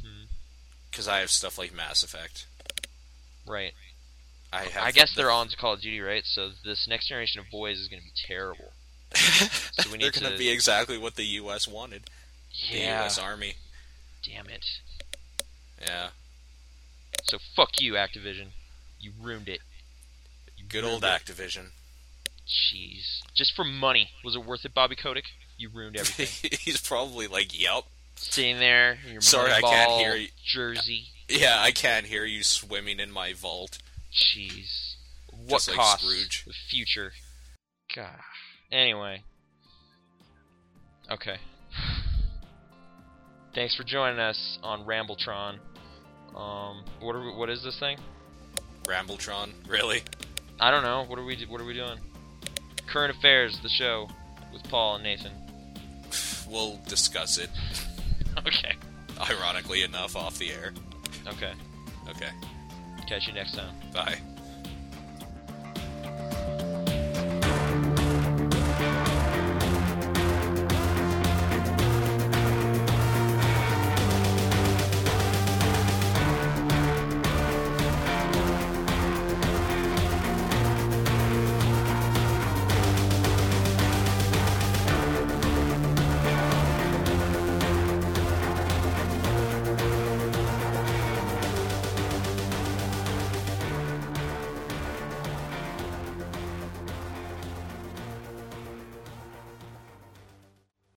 Speaker 1: hmm,
Speaker 2: because I have stuff like Mass Effect.
Speaker 1: right.
Speaker 2: I have.
Speaker 1: I guess
Speaker 2: the-
Speaker 1: they're on to Call of Duty, right? So this next generation of boys is going to be terrible. So we
Speaker 2: they're
Speaker 1: need
Speaker 2: going
Speaker 1: to-
Speaker 2: to be exactly what the U.S. wanted. The
Speaker 1: Yeah.
Speaker 2: U.S. Army.
Speaker 1: Damn it.
Speaker 2: Yeah.
Speaker 1: So fuck you, Activision. You ruined it.
Speaker 2: Good old
Speaker 1: Ruined
Speaker 2: Activision.
Speaker 1: Jeez. Just for money. Was it worth it, Bobby Kotick? You ruined everything.
Speaker 2: He's probably like, "Yep,
Speaker 1: Sitting there in your
Speaker 2: Sorry, I can't
Speaker 1: Moneyball
Speaker 2: hear you.
Speaker 1: jersey.
Speaker 2: yeah, I can't hear you swimming in my vault."
Speaker 1: Jeez. What
Speaker 2: Just like
Speaker 1: cost
Speaker 2: Scrooge.
Speaker 1: the future? God. Anyway. Okay. Thanks for joining us on Rambletron. Um, what are we, what is this thing?
Speaker 2: Rambletron, really?
Speaker 1: I don't know. What are we what are we doing? Current affairs, the show with Paul and Nathan.
Speaker 2: We'll discuss it,
Speaker 1: Okay.
Speaker 2: ironically enough, off the air.
Speaker 1: Okay.
Speaker 2: Okay,
Speaker 1: Catch you next time.
Speaker 2: bye.